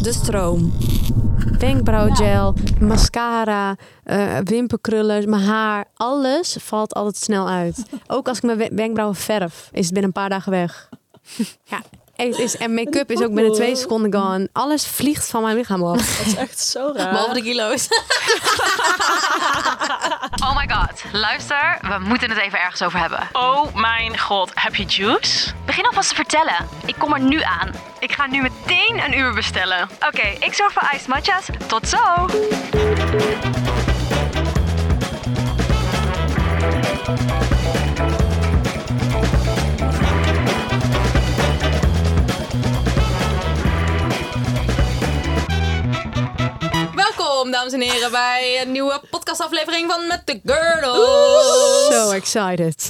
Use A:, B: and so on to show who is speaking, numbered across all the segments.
A: De stroom. Wenkbrauwgel, mascara, eh, wimperkrullers, mijn haar. Alles valt altijd snel uit. Ook als ik mijn we- wenkbrauwen verf, is het binnen een paar dagen weg. Ja, het is, en make-up is ook binnen twee seconden gone. Alles vliegt van mijn lichaam af.
B: Dat is echt zo raar.
C: Behalve de kilo's.
D: Oh my god, luister, we moeten het even ergens over hebben.
B: Oh mijn god, heb je juice?
D: Begin alvast te vertellen. Ik kom er nu aan. Ik ga nu meteen een uur bestellen. Oké, ik zorg voor iced matcha's. Tot zo!
C: Welkom, dames en heren, bij een nieuwe podcastaflevering van Met de Girls.
A: So excited.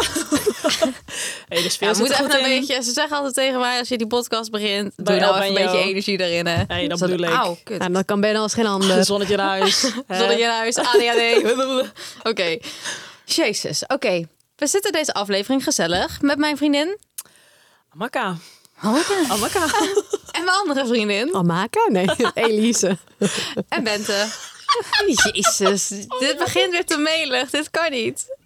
B: Hey, de sfeer
C: Ja, we
B: zit er
C: moeten
B: goed
C: echt een
B: in.
C: beetje... Ze zeggen altijd tegen mij, als je die podcast begint, doe
B: Bij
C: nou even
B: Albanjo.
C: een beetje energie erin. Hè.
B: Nee, dat
C: Zodat-
B: bedoel ik.
C: Auw, kut.
A: Nou, dat kan bijna als geen
B: Een
A: ander.
B: zonnetje naar huis. hè?
C: Zonder je nou huis, ADHD. Oké. Jezus, oké. We zitten deze aflevering gezellig met mijn vriendin
B: Makka. Makka.
C: en mijn andere vriendin.
A: Amaka? Nee, Elise.
C: En Bente. Jezus, dit begint weer te melig. Dit kan niet.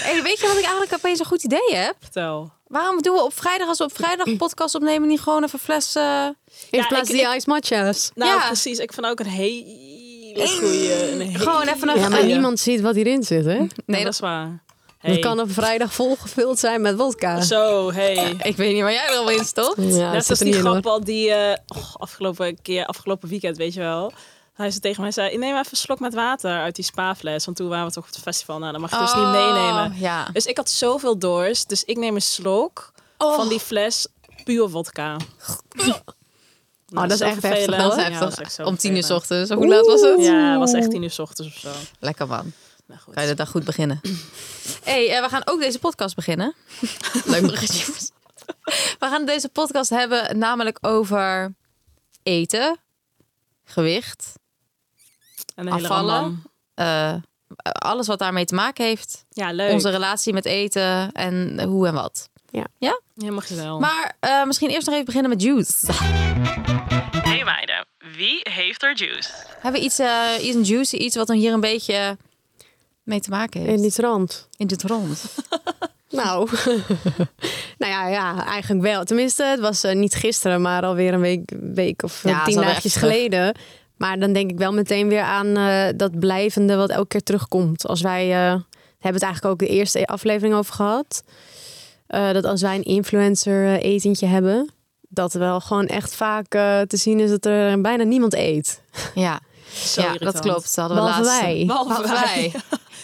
C: Hey, weet je wat ik eigenlijk opeens een goed idee heb?
B: Vertel.
C: Waarom doen we op vrijdag, als we op vrijdag een podcast opnemen, niet gewoon even fles... eh,
A: In
B: Ja,
A: plaats
B: ik-
A: die ice matcha's.
B: Nou,
C: Ja.
B: precies. Ik vond ook een hele goeie. Een hele-
C: Gewoon even een...
A: Ja, maar
C: eh,
A: niemand ziet wat hierin zit, hè?
C: Nee,
B: dat
C: dat...
B: is waar.
A: Het
B: Hey.
A: kan op vrijdag volgevuld zijn met wodka.
B: Zo, hey.
C: Ik weet niet waar jij er al in stopt.
A: Ja, dat
B: Net
A: zit
B: als
A: er
B: die
A: niet in, hoor.
B: grap al die eh, oh, afgelopen keer, afgelopen weekend, weet je wel. Hij zei tegen mij, zei, neem even een slok met water uit die spaafles. Want toen waren we toch op het festival. Nou, dat mag je dus
A: Oh.
B: niet meenemen.
C: Oh, Ja.
B: Dus ik had zoveel dorst. Dus ik neem een slok
C: Oh.
B: van die fles puur vodka.
A: Oh, dat is echt heftig.
B: vervelend.
C: Dat is
B: Ja,
C: heftig.
B: dat is echt zo
C: Om tien uur
B: vervelend.
C: 's ochtends. Hoe laat was het?
B: Ja, het was echt tien uur 's ochtends of zo.
C: Lekker man.
B: Nou goed.
C: Kan je de dag goed beginnen. hey, eh, we gaan ook deze podcast beginnen. Leuk bruggetje. We gaan deze podcast hebben namelijk over eten, gewicht,
B: En een hele
C: afvallen.
B: rambam.
C: eh, alles wat daarmee te maken heeft.
B: Ja, leuk.
C: Onze relatie met eten en hoe en wat.
B: Helemaal gezellig.
C: Maar eh, misschien eerst nog even beginnen met juice.
B: Hey meiden, wie heeft er juice?
C: Hebben we iets, eh, iets een juicy, iets wat dan hier een beetje mee te maken heeft?
A: In die trant.
C: In dit rond.
A: Nou, nou ja, ja, eigenlijk wel. Tenminste, het was eh, niet gisteren, maar alweer een week, week of eh,
C: Ja, het is
A: tien
C: alweer
A: dagjes
C: even terug.
A: geleden. Maar dan denk ik wel meteen weer aan eh, dat blijvende wat elke keer terugkomt. Als wij, eh, hebben het eigenlijk ook de eerste aflevering over gehad. eh, dat als wij een influencer eh, etentje hebben, dat wel gewoon echt vaak eh, te zien is dat er bijna niemand eet.
C: Ja,
B: Zo
C: ja
B: irritant.
C: dat klopt. Dat hadden we
A: Behalve
C: laatst.
A: wij.
B: Behalve
C: Behalve
B: wij.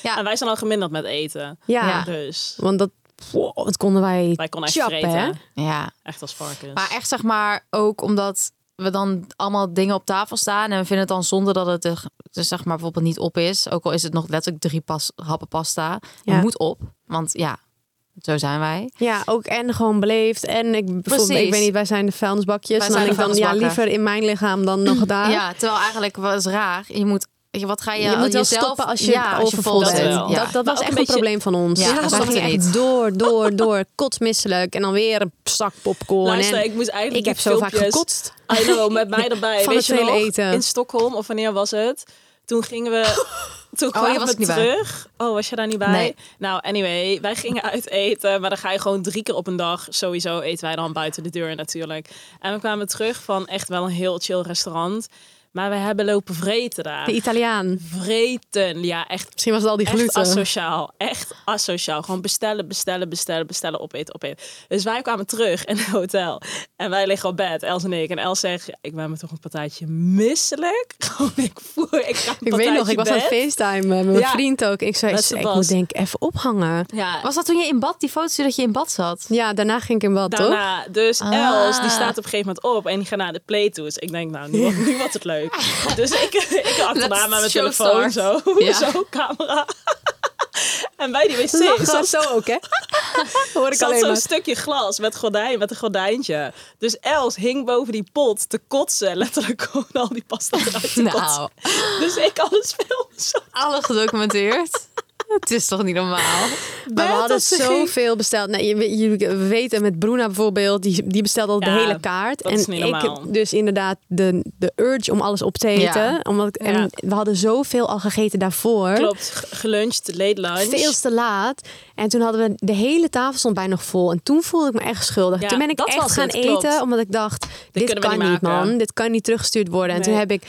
C: wij.
B: En wij zijn al geminderd met eten.
A: Ja,
C: Ja.
B: Dus
A: want dat, wow, wat konden wij,
B: wij konden echt
A: chappen,
B: vreten.
A: hè?
C: Ja,
B: Echt als varkens.
C: maar echt zeg maar ook omdat we dan allemaal dingen op tafel staan en we vinden het dan zonde dat het er dus zeg maar bijvoorbeeld niet op is. Ook al is het nog letterlijk drie pas, happen pasta. Het
A: Ja.
C: moet op, want ja, zo zijn wij.
A: Ja, ook en gewoon beleefd. En ik, bijvoorbeeld,
C: Precies.
A: ik weet niet, wij zijn de vuilnisbakjes.
C: Wij
A: en dan
C: zijn de
A: denk ik dan, ja,
C: vuilnisbakken.
A: liever in mijn lichaam dan nog daar.
C: Ja, terwijl eigenlijk was raar. Je moet, je- wat ga Ah. je,
A: Je moet wel
C: jezelf,
A: stoppen als je,
C: ja, als je vol
B: dat
C: bent.
B: wel.
C: Ja.
A: Dat, dat was
B: Maar
A: echt
B: ook
A: een
B: een beetje-
A: probleem van ons.
C: Ja,
A: Ja,
C: dat
A: we
C: snapte
A: gingen
C: ik
A: echt
C: niet.
A: door, door, door. Kotsmisselijk. En dan weer een zak popcorn.
B: Luister,
A: en
B: ik moest eigenlijk
A: ik heb
B: die
A: zo vaak
B: filmpjes-
A: gekotst.
B: I know, met mij erbij.
A: Van
B: Weet
A: het
B: je nog,
A: vele eten.
B: in Stockholm, of wanneer was het? Toen gingen we... Toen
C: je
B: kwamen
C: Oh, was
B: we
C: er niet bij.
B: terug. Oh, was je daar niet bij?
C: Nee.
B: Nou, anyway, wij gingen uit eten. Maar dan ga je gewoon drie keer op een dag. Sowieso eten wij dan buiten de deur natuurlijk. En we kwamen terug van echt wel een heel chill restaurant. Maar we hebben lopen vreten daar.
A: De Italiaan.
B: Vreten, ja, echt
A: Misschien was het al die
B: Echt
A: gluten.
B: asociaal. Echt asociaal. Gewoon bestellen, bestellen, bestellen, bestellen, opeten, opeten. Dus wij kwamen terug in het hotel. En wij liggen op bed, Els en ik. En Els zegt, ik ben me toch een partijtje misselijk. Gewoon, ik voel, ik ga een
A: ik weet nog, ik was aan het
B: partijtje bed.
A: FaceTime met mijn
B: Ja.
A: vriend ook. Ik zei,
B: Met
A: ik
B: Sebas.
A: moet denk ik even ophangen.
B: Ja,
C: Was dat toen je in bad, die foto dat je in bad zat?
A: Ja, daarna ging ik in bad, toch?
B: daarna. Dus
C: Ah.
B: Els, die staat op een gegeven moment op en die gaat naar de playtoes. Ik denk, nou, nu, wordt- nu wordt het leuk. Dus ik, ik achterna met mijn
C: Let's show
B: telefoon, zo,
C: start. Ja.
B: zo, camera. En bij die wc
A: Lachen,
B: zat
A: zo ook, hè? Hoor
B: Er
A: ik
B: zat
A: alleen
B: zo'n
A: maar.
B: stukje glas met, gordijn, met een gordijntje. Dus Els hing boven die pot te kotsen. Letterlijk gewoon al die pasta eruit te kotsen.
C: Nou,
B: Dus ik alles filmen. Zo
C: alles gedocumenteerd. het is toch niet normaal?
A: Maar we
B: bed
A: hadden
B: dat ze ging-
A: zoveel besteld. Nee, je, weet- je, we weten met Bruna bijvoorbeeld, die, die bestelde al
B: Ja,
A: de hele kaart.
B: dat
A: en
B: is niet
A: ik
B: normaal.
A: heb dus inderdaad de, de urge om alles op te eten.
C: Ja.
A: Omdat ik- en
B: Ja.
A: we hadden zoveel al gegeten daarvoor.
B: Klopt, g- geluncht, late lunch.
A: Veel te laat. En toen hadden we de hele tafel stond bijna nog vol. En toen voelde ik me echt schuldig.
B: Ja,
A: toen ben ik
B: dat
A: echt
B: was
A: gaan
B: het,
A: eten,
B: klopt.
A: omdat ik dacht: dit,
B: kunnen we
A: kan
B: niet
A: niet,
B: maken.
A: man. Dit kan niet teruggestuurd worden. En toen
B: Nee.
A: heb ik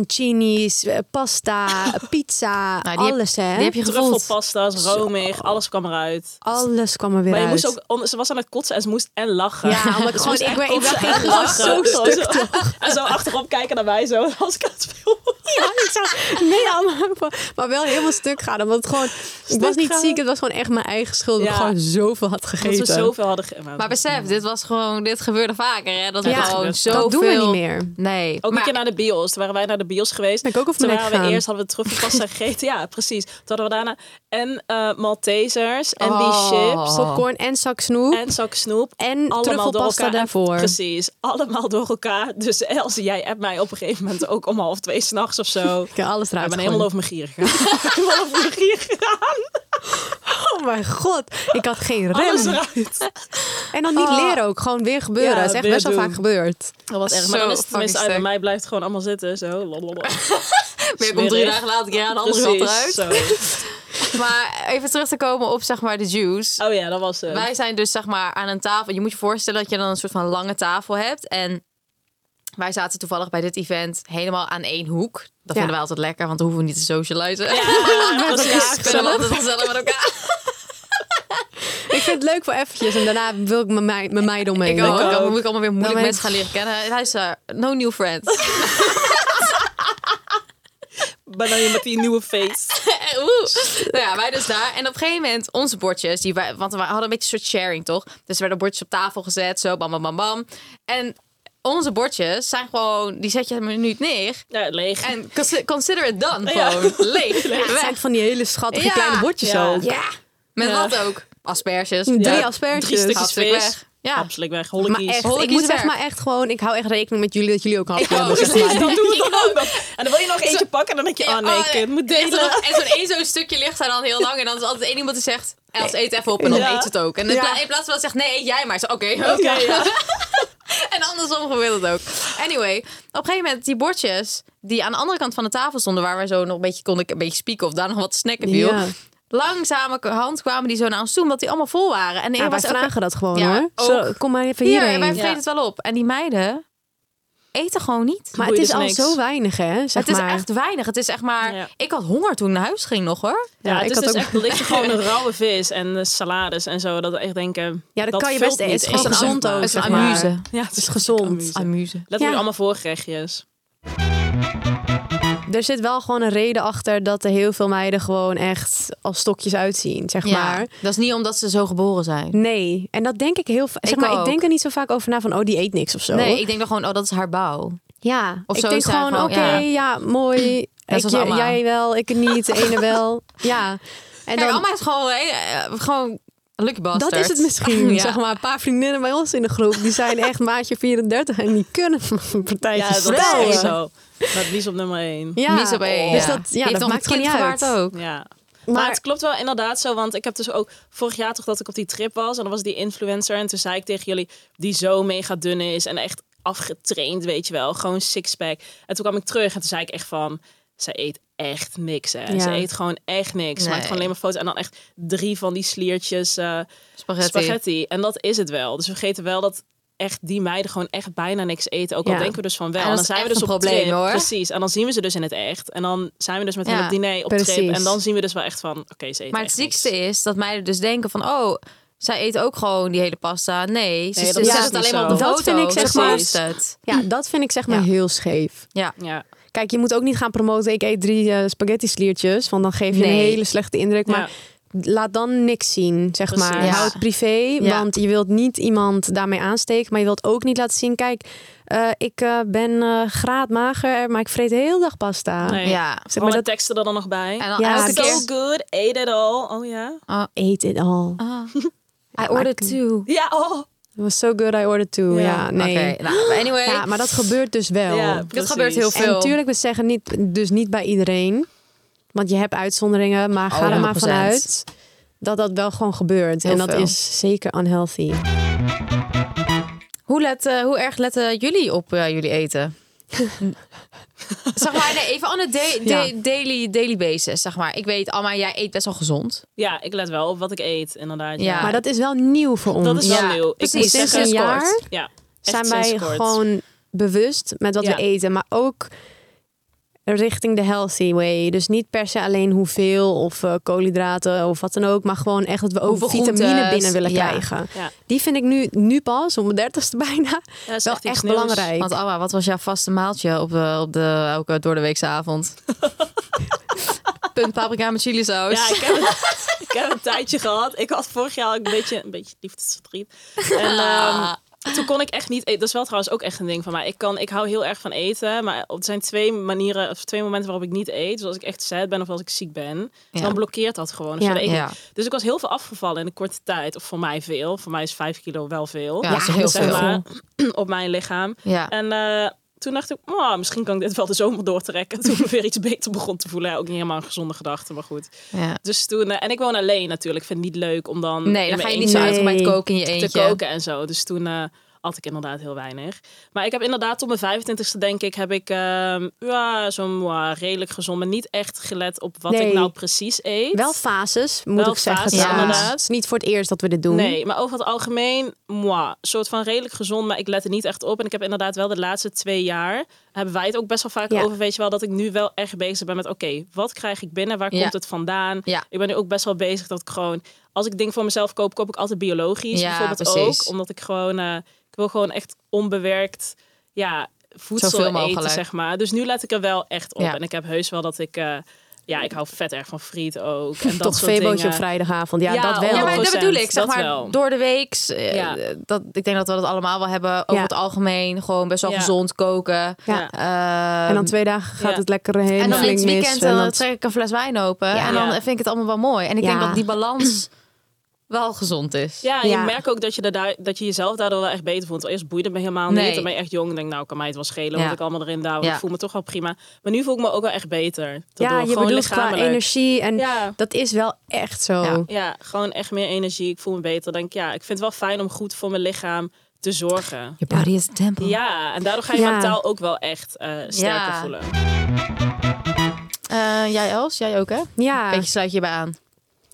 A: arancini's, eh, pasta, pizza,
C: Nou, die heb-
A: alles hè.
C: Die heb je gevoeld.
B: Truffelpasta's, romig, alles kwam eruit.
A: Alles kwam er weer
B: Maar je
A: uit.
B: moest ook, om- ze was aan het kotsen en ze moest en lachen.
A: Ja, omdat ik
B: Ze
A: gewoon-
B: moest
A: ik
B: echt
A: ben- ik
B: kotsen
A: ben
B: en
A: echt
B: lachen.
A: zo
B: Dus
A: stuk
B: zo- En zo achterop kijken naar mij zo als ik aan het filmen.
A: Ja, ik zou nee, allemaal, maar wel helemaal stuk gaan. Want het gewoon, ik was niet
B: gaan.
A: ziek, het was gewoon echt mijn eigen schuld. Dat ik
B: Ja.
A: gewoon zoveel had
B: Dat
A: gegeten.
B: we zoveel hadden... ge-
C: Maar besef, dit was gewoon, dit gebeurde vaker, hè? Dat we
A: Ja,
C: gewoon
B: dat
C: zoveel...
A: doen we niet meer.
C: Nee.
B: Ook
C: maar
B: een keer naar de bios. Toen waren wij naar de bios geweest.
A: Ben ik ook over
B: Toen
A: mijn
B: waren
A: nek
B: we
A: gegaan.
B: eerst hadden we truffelpasta gegeten. Ja, precies. Toen hadden we daarna en eh Maltesers en die
C: Oh.
B: chips
A: Popcorn en zak snoep.
B: en zak snoep.
A: En
B: allemaal door
A: truffelpasta
B: elkaar.
A: daarvoor.
B: Precies, allemaal door elkaar. Dus Els, jij hebt mij op een gegeven moment ook om half twee s'nachts of zo. Nou,
A: Ik heb alles
B: Ik
A: eruit gegooid.
B: ben helemaal over mijn gier gegaan. helemaal over mijn gier gegaan.
A: Oh mijn god, ik had geen
B: Alles
A: rem.
B: eruit.
A: En dan niet leren ook, gewoon weer gebeuren.
B: Ja,
A: dat is echt
B: weer
A: best wel
B: doen.
A: vaak gebeurd.
B: Dat was erg. Maar
C: Zo
B: dan is het tenminste
C: fucking
B: uit. Bij
C: sterk.
B: mij blijft het gewoon allemaal zitten. Zo. Lalalala.
C: weer komt drie
B: smerig.
C: dagen later, ja, de andere kant
B: Precies.
C: eruit.
B: Zo.
C: Maar even terug te komen op, zeg maar, de juice.
B: Oh ja, dat was het.
C: Wij zijn dus zeg maar aan een tafel. Je moet je voorstellen dat je dan een soort van lange tafel hebt. En wij zaten toevallig bij dit event helemaal aan één hoek. Dat vinden wij altijd lekker, want dan hoeven we niet te socializen. Ja,
B: Ja, precies.
C: kunnen we altijd gezellig met elkaar.
A: Ik vind het leuk voor eventjes en daarna wil ik mijn mei- mijn meiden omheen.
C: Ik ook. Dan moet ik allemaal weer
A: Dan
C: moeilijk
A: ben
C: mensen
A: ik-
C: gaan leren kennen. En Hij is daar, no new friends.
B: Maar dan je met die nieuwe face.
C: Oeh. nou ja, wij dus daar. En op een gegeven moment, onze bordjes, die wij, want we hadden een beetje een soort sharing, toch? Dus er werden bordjes op tafel gezet, zo, bam, bam, bam, bam. En onze bordjes zijn gewoon, die zet je een minuut neer.
B: Ja, leeg.
C: En cons- consider it done,
B: Ja.
C: gewoon. Leeg.
A: Het
C: Weg.
A: zijn van die hele schattige
C: Ja.
A: kleine bordjes
B: Ja.
A: ook.
C: Ja, met
B: Ja.
C: wat ook. Asperges.
A: Drie
C: Ja.
A: asperges.
B: Drie stukjes
C: Hapstuk
B: vis.
C: weg. Ja.
B: Absoluut weg.
A: Maar
B: Hollekies.
A: echt,
C: Hol-
A: ik
C: kies
A: moet zeg
C: werk.
A: maar echt gewoon, ik hou echt rekening met jullie dat jullie ook hapjes
C: Ik ook.
A: hebben. zeg
B: Precies,
A: maar.
B: dat doen we dan ook. nog. En dan wil je nog eentje pakken en dan denk je,
C: Oh, Ja,
B: ah
A: Oh
B: nee,
A: eh,
B: kind, moet
C: en
B: delen.
C: zo'n- En zo'n één zo'n stukje ligt daar dan heel lang. En dan is altijd één iemand die zegt... Els, eet even op en dan
B: Ja.
C: eet ze het ook. En in
A: Ja.
C: pla- in plaats van dat zegt, nee, eet jij maar. Zo, Oké,
B: Oké, ja.
C: En andersom gebeurt het ook. Anyway, op een gegeven moment die bordjes... die aan de andere kant van de tafel stonden... waar we zo nog een beetje konden een beetje spieken... of daar nog wat snacken viel.
A: Ja.
C: Langzamerhand kwamen die zo naar ons toe... omdat die allemaal vol waren. En de een
A: Ja, wij
C: was elke-
A: vragen dat gewoon
C: Ja,
A: hoor.
C: ook.
A: Zo, kom maar even
C: Hier,
A: hierheen.
C: wij vreten het wel op. En die meiden eten gewoon niet.
A: Maar het
B: Boeien
A: is
B: dus
A: al
B: niks.
A: zo weinig hè, zeg
C: het is
A: maar.
C: echt weinig. Het is echt maar...
B: Ja.
C: Ik had honger toen ik naar huis ging nog, hoor.
A: Ja,
B: het
A: ik
B: is
A: had
B: dus
A: ook-
B: echt, er ligt er gewoon een rauwe vis en eh, salades en zo. Dat we echt eh, denken,
A: Ja, dat, kan je
B: vult
A: best eten.
B: niet
A: Het is gewoon
B: eens,
A: gezond
B: zeg
A: ook.
B: maar.
C: Het is een
A: zeg maar.
C: amuse.
B: Ja, het is
A: gezond.
B: Amuse.
C: Amuse.
B: Letterlijk
A: Ja.
B: allemaal voorgerechtjes.
A: Er zit wel gewoon een reden achter dat er heel veel meiden gewoon echt als stokjes uitzien, zeg maar.
C: dat is niet omdat ze zo geboren zijn.
A: Nee, en dat denk ik heel vaak. Zeg
C: Ik
A: maar, ik
C: ook.
A: denk er niet zo vaak over na van, oh, die eet niks of zo.
C: Nee, ik denk dan gewoon, oh, dat is haar bouw.
A: ja,
C: of
A: ik
C: zo
A: denk
C: is hij
A: gewoon, oké,
C: gewoon,
A: ja.
C: ja.
A: mooi. Ik,
C: zoals
A: je-
C: Amma.
A: jij wel, ik niet, de ene wel. Ja, en
C: Kijk,
A: dan,
C: Alma is gewoon, eh, eh, gewoon een lucky bastard.
A: dat is het misschien.
C: Ja.
A: Zeg maar, een paar vriendinnen bij ons in de groep, die zijn echt maatje 34 en die kunnen van een partijtje
B: Ja, dat is
A: vertellen.
B: echt zo. Maar het liefst op nummer één.
A: Ja,
C: Mis op één,
A: dus
C: ja.
A: dat, ja,
C: Heeft
A: dat
C: nog
A: maakt
C: een
A: gewoon
C: kind
A: niet uit.
C: gebaard ook.
B: Ja.
A: Maar-
B: Maar, het klopt wel inderdaad zo, want ik heb dus ook vorig jaar toch dat ik op die trip was en dan was die influencer en toen zei ik tegen jullie die zo mega dun is en echt afgetraind, weet je wel, gewoon sixpack. En toen kwam ik terug en toen zei ik echt van, zij eet echt niks. Hè.
A: Ja.
B: Ze eet gewoon echt niks. Ze
C: Nee.
B: maakt gewoon alleen maar foto's. En dan echt drie van die sliertjes eh,
C: Spaghetti.
B: spaghetti. En dat is het wel. Dus we vergeten wel dat echt die meiden gewoon echt bijna niks eten. Ook al
A: Ja.
B: denken we dus van wel.
C: En
B: En
C: dat
B: dan
C: is
B: zijn we
C: echt
B: dus
C: een
B: op
C: probleem,
B: trip.
C: hoor.
B: Precies. En dan zien we ze dus in het echt. En dan zijn we dus met
C: Ja,
B: hen op diner, op trip.
A: precies.
B: En dan zien we dus wel echt van, oké, ze eten
C: Maar het
B: echt niks.
C: ziekste is dat meiden dus denken van... oh, zij eet ook gewoon die hele pasta. Nee, ze
B: Nee,
C: nee,
B: dat is
C: zet
B: dus
C: het
B: niet
C: alleen maar
B: zo.
C: op de
A: Dat vind
C: foto.
A: ik, zeg
C: Ze
B: maar-
C: post het.
A: Ja, dat vind ik zeg maar
C: Ja.
A: heel scheef.
C: Ja.
B: Ja.
A: Kijk, je moet ook niet gaan promoten. Ik eet drie eh, spaghetti sliertjes. Want dan geef je een
C: Nee.
A: hele slechte indruk.
B: Ja.
A: Maar laat dan niks zien, zeg
B: Precies.
A: maar.
C: Ja.
A: Houd het privé,
C: Ja.
A: want je wilt niet iemand daarmee aansteken. Maar je wilt ook niet laten zien, kijk, eh, ik eh, ben eh, graadmager, maar ik vreet heel dag pasta.
B: Nee.
C: ja.
A: Zeg
B: Alle
A: maar, dat
B: teksten er dan nog bij.
C: En dan
A: Ja,
C: elke
A: het
B: so
A: is-
C: keer...
B: good, ate it all. Oh ja.
A: eet it all.
C: Ah, I ordered two.
B: Ja, oh.
A: It was so good, I ordered two.
B: Ja.
A: Ja, nee.
C: Oké, nou, anyway.
A: Ja, maar dat gebeurt dus wel.
B: ja
C: dit gebeurt heel
A: En
C: veel.
A: natuurlijk, we zeggen niet, dus niet bij iedereen. Want je hebt uitzonderingen, maar ga
C: Oh,
A: er maar
C: 100%.
A: vanuit dat dat wel gewoon gebeurt.
C: Heel
A: en dat
C: veel.
A: is zeker unhealthy.
C: Hoe, let, eh, hoe erg letten jullie op eh, jullie eten? zeg maar, nee, even on a da- da-
A: Ja.
C: daily, daily basis, zeg maar. Ik weet, Alma, jij eet best wel gezond.
B: Ja, ik let wel op wat ik eet, inderdaad.
C: Ja.
A: Maar dat is wel nieuw voor ons.
B: Dat is wel
C: Ja,
B: nieuw.
C: precies.
B: Ik moet
A: Sinds
B: zeggen,
A: een jaar
C: kort.
B: ja, echt
A: zijn
B: sinds
A: wij
B: kort.
A: gewoon bewust met wat
B: Ja.
A: we eten, maar ook richting de healthy way. Dus niet per se alleen hoeveel of eh, koolhydraten of wat dan ook, maar gewoon echt dat we ook
C: Hoeveel
A: vitamine
C: groentes,
A: binnen willen
C: ja.
A: krijgen.
B: Ja.
A: Die vind ik nu, nu pas, om mijn dertigste bijna,
B: Ja, dat is
A: wel echt,
B: echt iets nieuws.
A: belangrijk.
C: Want Alma, wat was jouw vaste maaltje op de, op de elke doordeweekse avond? Punt paprika met chilisaus.
B: Ja, ik heb, het- ik heb een tijdje gehad. Ik had vorig jaar een beetje, een beetje liefdesverdriet. En ehm, toen kon ik echt niet eten. Dat is wel trouwens ook echt een ding van mij. Ik, kan, ik hou heel erg van eten. Maar er zijn twee manieren, of twee momenten waarop ik niet eet. Dus als ik echt sad ben of als ik ziek ben.
C: Ja.
B: Dan blokkeert dat gewoon. Dus
A: Ja.
B: dan eet ik
C: Ja.
B: Dus ik was heel veel afgevallen in een korte tijd. Of voor mij veel. Voor mij is 5 kilo wel veel. Dus
C: Ja, dat is heel
B: zeg
C: veel.
B: maar, op mijn lichaam.
C: Ja.
B: En eh, toen dacht ik, "Oh, misschien kan ik dit wel de zomer doortrekken. Toen ik me weer iets beter begon te voelen. Ook niet helemaal een gezonde gedachte, maar goed.
C: Ja.
B: Dus toen, eh, en ik woon alleen natuurlijk. Ik vind het niet leuk om dan. in
C: Nee, dan
B: mijn
C: ga je niet
B: eentje
C: zo
A: Nee.
C: uitgebreid koken in je
B: te
C: eentje.
B: koken en zo. Dus toen eh at ik inderdaad heel weinig. Maar ik heb inderdaad tot mijn 25ste, denk ik, heb ik ehm, ja, zo'n moi, redelijk gezond. Maar niet echt gelet op wat ik
A: Nee.
B: nou precies eet.
A: wel fases, moet
B: Wel
A: ik zeggen.
B: fases,
A: trouwens.
C: inderdaad.
A: Het is niet voor het eerst dat we dit doen.
B: Nee, maar over het algemeen, moi, soort van redelijk gezond, maar ik let er niet echt op. En ik heb inderdaad wel de laatste twee jaar, hebben wij het ook best wel vaak
A: Ja.
B: over, weet je wel, dat ik nu wel echt bezig ben met, oké, wat krijg ik binnen, waar
C: Ja.
B: komt het vandaan?
C: Ja.
B: Ik ben nu ook best wel bezig dat ik gewoon, als ik dingen voor mezelf koop, koop ik altijd biologisch,
C: Ja,
B: bijvoorbeeld
C: precies.
B: ook. Omdat ik gewoon, eh, ik wil gewoon echt onbewerkt, ja, voedsel
C: Zoveel
B: eten,
C: mogelijk.
B: zeg maar. Dus nu let ik er wel echt op.
C: Ja.
B: En ik heb heus wel dat ik... eh, ja, ik hou vet erg van friet ook. En dat
A: Toch
B: soort
A: veebootje op
B: dingen.
A: vrijdagavond. Ja,
B: Ja,
A: dat wel.
C: Ja, maar dat
B: 100%,
C: bedoel ik. Zeg
B: dat
C: maar,
B: wel.
C: door de weeks. eh,
B: Ja.
C: dat, ik denk dat we dat allemaal wel hebben. Over
A: Ja.
C: het algemeen. Gewoon best wel
B: Ja.
C: gezond koken.
A: Ja.
C: Ehm,
A: en dan twee dagen gaat
B: Ja.
A: het lekker heen.
C: en dan in
A: flink
C: het
A: mis,
C: weekend en
A: en
C: dan
A: dat-
C: trek ik een fles wijn open.
A: Ja.
C: En dan
B: Ja.
C: vind ik het allemaal wel mooi. En ik denk
A: Ja.
C: dat die balans wel gezond is.
B: Ja, en
A: Ja.
B: je merkt ook dat je, daardoor- dat je jezelf daardoor wel echt beter voelt. Eerst boeide me helemaal
C: Nee.
B: niet. Dan ben je echt jong. en denk, nou, kan mij het wel schelen
C: Ja.
B: wat ik allemaal erin douw.
C: Ja.
B: Ik voel me toch wel prima. Maar nu voel ik me ook wel echt beter. Daardoor
A: ja, je
B: gewoon
A: bedoelt qua
B: lichamelijk.
A: energie. En
B: Ja.
A: dat is wel echt zo.
C: Ja.
B: Ja, gewoon echt meer energie. Ik voel me beter. Denk, ja, ik vind het wel fijn om goed voor mijn lichaam te zorgen.
C: Je body is a temple.
B: Ja, en daardoor ga je
A: Ja.
B: mentaal ook wel echt eh, sterker
C: Ja.
B: voelen.
C: Eh, jij Els, jij ook hè?
A: Ja.
C: Beetje sluit je bij aan.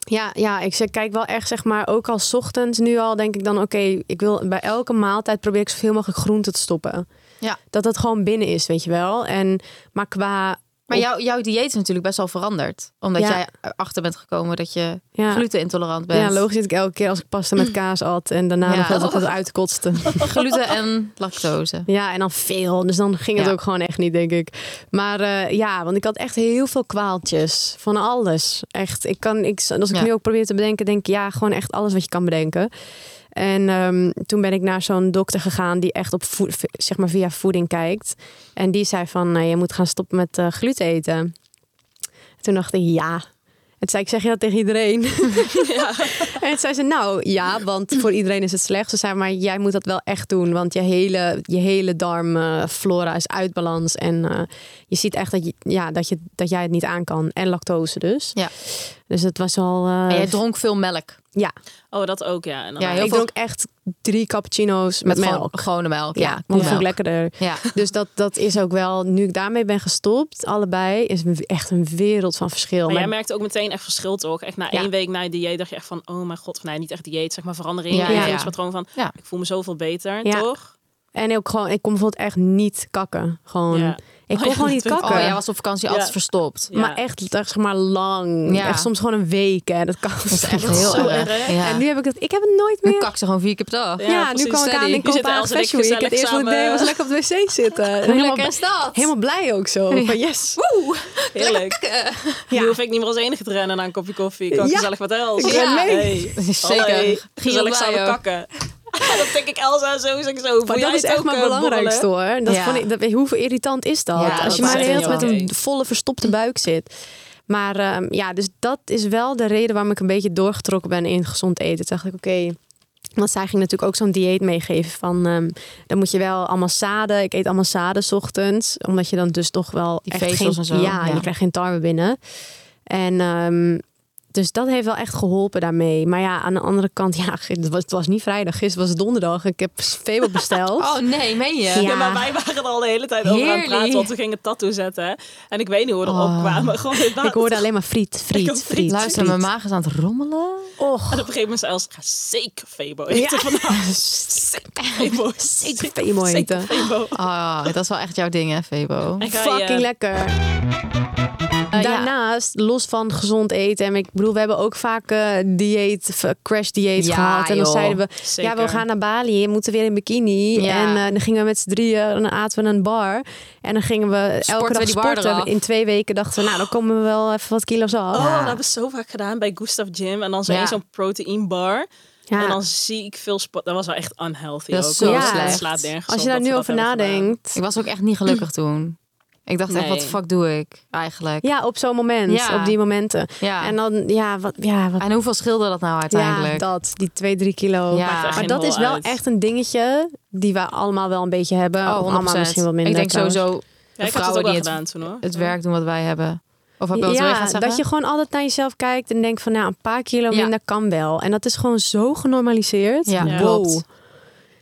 A: Ja, ja, ik zeg- kijk wel echt, zeg maar, ook al 's ochtends nu al denk ik dan, oké, ik wil bij elke maaltijd probeer ik zoveel mogelijk groente te stoppen.
C: Ja.
A: Dat dat gewoon binnen is, weet je wel. En, maar qua,
C: Maar jouw, jouw dieet is natuurlijk best wel veranderd. Omdat
A: Ja.
C: jij erachter bent gekomen dat je
A: Ja.
C: glutenintolerant bent.
A: ja, logisch dat ik elke keer als ik pasta met kaas at en daarna
C: Ja.
A: nog dat ik dat uitkotste.
C: Gluten en lactose.
A: Ja, en dan veel. Dus dan ging het
C: Ja.
A: ook gewoon echt niet, denk ik. Maar eh, ja, want ik had echt heel veel kwaaltjes. Van alles. Echt. Ik kan, ik, als ik
C: Ja.
A: nu ook probeer te bedenken, denk ik ja, gewoon echt alles wat je kan bedenken. En ehm, toen ben ik naar zo'n dokter gegaan die echt op voed- zeg maar via voeding kijkt. En die zei van, eh, je moet gaan stoppen met eh, gluten eten. Toen dacht ik, ja. En toen zei ik, zeg je dat tegen iedereen? En toen zei ze, nou ja, want voor iedereen is het slecht. Ze zei, maar jij moet dat wel echt doen. Want je hele, je hele darmflora is uit balans. En eh, je ziet echt dat, je, ja, dat, je, dat jij het niet aan kan. En lactose dus.
C: Ja.
A: Dus het was al. eh,
C: En jij dronk veel melk.
A: Ja,
B: Oh, dat ook, ja. En dan
C: Ja, heel
A: ik
C: veel-
A: dronk echt drie cappuccino's met,
C: gewoon-
A: melk.
C: gewone melk.
A: Ja,
C: Ja,
A: want dat
C: koelmelk.
A: vond ik lekkerder.
C: Ja.
A: Dus dat, dat is ook wel, nu ik daarmee ben gestopt, allebei, is het echt een wereld van verschil.
B: Maar jij
A: Maar
B: merkte ook meteen echt verschil, toch? Echt na
C: Ja.
B: één week na je dieet dacht je echt van... Oh mijn god, of nee, niet echt dieet, zeg maar verandering.
C: Ja,
B: Ja,
C: ja, ja.
B: ja, patroon van...
C: Ja.
B: Ik voel me zoveel beter,
A: Ja.
B: toch?
A: En ook gewoon, ik kon bijvoorbeeld echt niet kakken. Gewoon,
B: Ja.
A: ik kon
B: Oh ja,
A: gewoon
B: dat
A: niet
B: vind ik-
A: kakken.
C: Oh, jij was op vakantie altijd
B: Ja.
C: verstopt.
B: Ja.
A: Maar echt, echt, zeg maar, lang.
C: Ja.
A: Echt soms gewoon een week. Hè. Dat kan
C: Dat is echt
A: soms.
C: heel
B: zo
C: erg.
B: erg.
C: Ja.
A: En nu heb ik dat, ik heb het nooit meer.
C: Nu kak ze gewoon vier keer per dag.
A: ja,
B: Ja,
A: nu
B: precies,
A: kwam ik
C: steady.
A: aan in
C: Nu
B: zitten
A: Kopenhagen
B: Els en ik
A: Fashion Week. Het eerste wat ik
B: gezellig
A: deed was
B: samen-
A: lekker op de wc zitten. En
C: Hoe
A: helemaal,
C: lekker is dat?
A: helemaal blij ook zo. Van yes. Woe!
B: Heerlijk.
A: Ja.
B: Nu hoef ik niet meer als enige te rennen naar een kopje koffie. Kan ik
A: Ja.
B: gezellig wat Els.
A: Ik
C: ben mee.
B: Hey.
C: Zeker.
B: Hoi.
C: Giel blij
B: Gezellig samen
C: ook.
B: kakken. dat denk ik Elsa zo, zeg ik zo. Voel
A: Maar
B: jij
A: dat is
B: het
A: echt
B: ook,
A: mijn
B: eh,
A: belangrijkste
B: borrelen?
A: hoor. Dat
C: Ja.
A: vond ik, dat, weet je, hoeveel irritant is dat?
C: Ja,
A: Als je
B: dat
A: maar de
B: is
A: hele tijd
B: echt
A: met een
B: niet
A: volle verstopte buik zit. Maar ehm, ja, dus dat is wel de reden waarom ik een beetje doorgetrokken ben in gezond eten. Toen dacht ik, oké. want zij ging natuurlijk ook zo'n dieet meegeven van... ehm, dan moet je wel allemaal zaden. Ik eet allemaal zaden 's ochtends. Omdat je dan dus toch wel
C: Die
A: echt
C: vezels
A: geen...
C: en zo,
A: Ja,
C: ja.
A: je krijgt geen tarwe binnen. En ehm, dus dat heeft wel echt geholpen daarmee. Maar ja, aan de andere kant... Ja, het was, het was niet vrijdag. Gisteren was het donderdag. Ik heb veel besteld.
C: Oh nee, meen je?
A: Ja.
B: Ja. maar wij waren er al de hele tijd over aan
C: Heerlijk.
B: het praten. Want we gingen tattoo zetten. hè. En ik weet niet hoe we erop
C: Oh.
B: kwamen. Gewoon dit
A: Ik
B: water.
A: hoorde alleen maar friet,
B: Ik
A: friet,
B: ook
A: friet.
B: friet.
C: Luister, mijn maag is aan het rommelen.
A: Och,
B: En op een gegeven moment zei Els, ga zeker Febo eten vandaag. Zeker Febo. Zeker
A: Febo eten.
B: Febo.
C: Ah, dat is wel echt jouw ding, hè, Febo?
B: En ga je-
A: fucking lekker.
C: Eh, ja.
A: Daarnaast, los van gezond eten. En ik bedoel, we hebben ook vaak eh, dieet, v- crash dieet
C: Ja,
A: gehad. En dan
C: joh.
A: zeiden we,
B: Zeker.
A: ja, we gaan naar Bali. We moeten weer in bikini.
C: Ja.
A: En eh, dan gingen we met z'n drieën, en dan aten we in een bar. En dan gingen we elke
C: Sporten we
A: dag
C: die bar eraf.
A: sporten. In twee weken dachten we, nou, dan komen we wel even wat kilo's af.
B: Oh,
C: Ja.
B: dat hebben we zo vaak gedaan bij Gustav Gym. En dan zo
C: Ja.
B: in zo'n proteïnbar.
A: Ja.
B: En dan zie ik veel sport. Dat was wel echt unhealthy
C: Dat is
B: ook.
C: zo
B: hoor.
C: slecht.
B: Dat slaat nergens
A: Als je
B: op
A: daar
B: dat
A: nu
B: we
A: over
B: dat hebben gedaan.
A: nadenkt.
C: Ik was ook echt niet gelukkig toen. Ik dacht echt,
B: Nee.
C: wat de fuck doe ik eigenlijk?
A: Ja, op zo'n moment.
C: Ja.
A: Op die momenten.
C: Ja.
A: En dan, ja, wat, ja, wat
C: En hoeveel scheelde dat nou uiteindelijk?
A: Ja, dat. Die twee, drie kilo.
C: Ja.
A: Maar-
C: Maakt echt
A: Maar
B: geen
A: dat is
B: hol
A: wel
B: uit.
A: echt een dingetje die we allemaal wel een beetje hebben.
C: Oh,
A: Of
C: 100%.
A: eh, allemaal misschien wat minder.
C: Ik denk
A: trouwens.
C: sowieso
B: Ja,
C: de
B: ik had het ook
C: vrouwen
B: wel
C: die het,
B: gedaan toen hoor.
C: het werk doen wat wij hebben. Of heb je wat wil je gaan
A: Ja,
C: zeggen?
A: dat je gewoon altijd naar jezelf kijkt en denkt van nou, een paar kilo
C: Ja.
A: minder kan wel. En dat is gewoon zo genormaliseerd.
C: Ja,
B: Ja.
A: Wow.
C: klopt.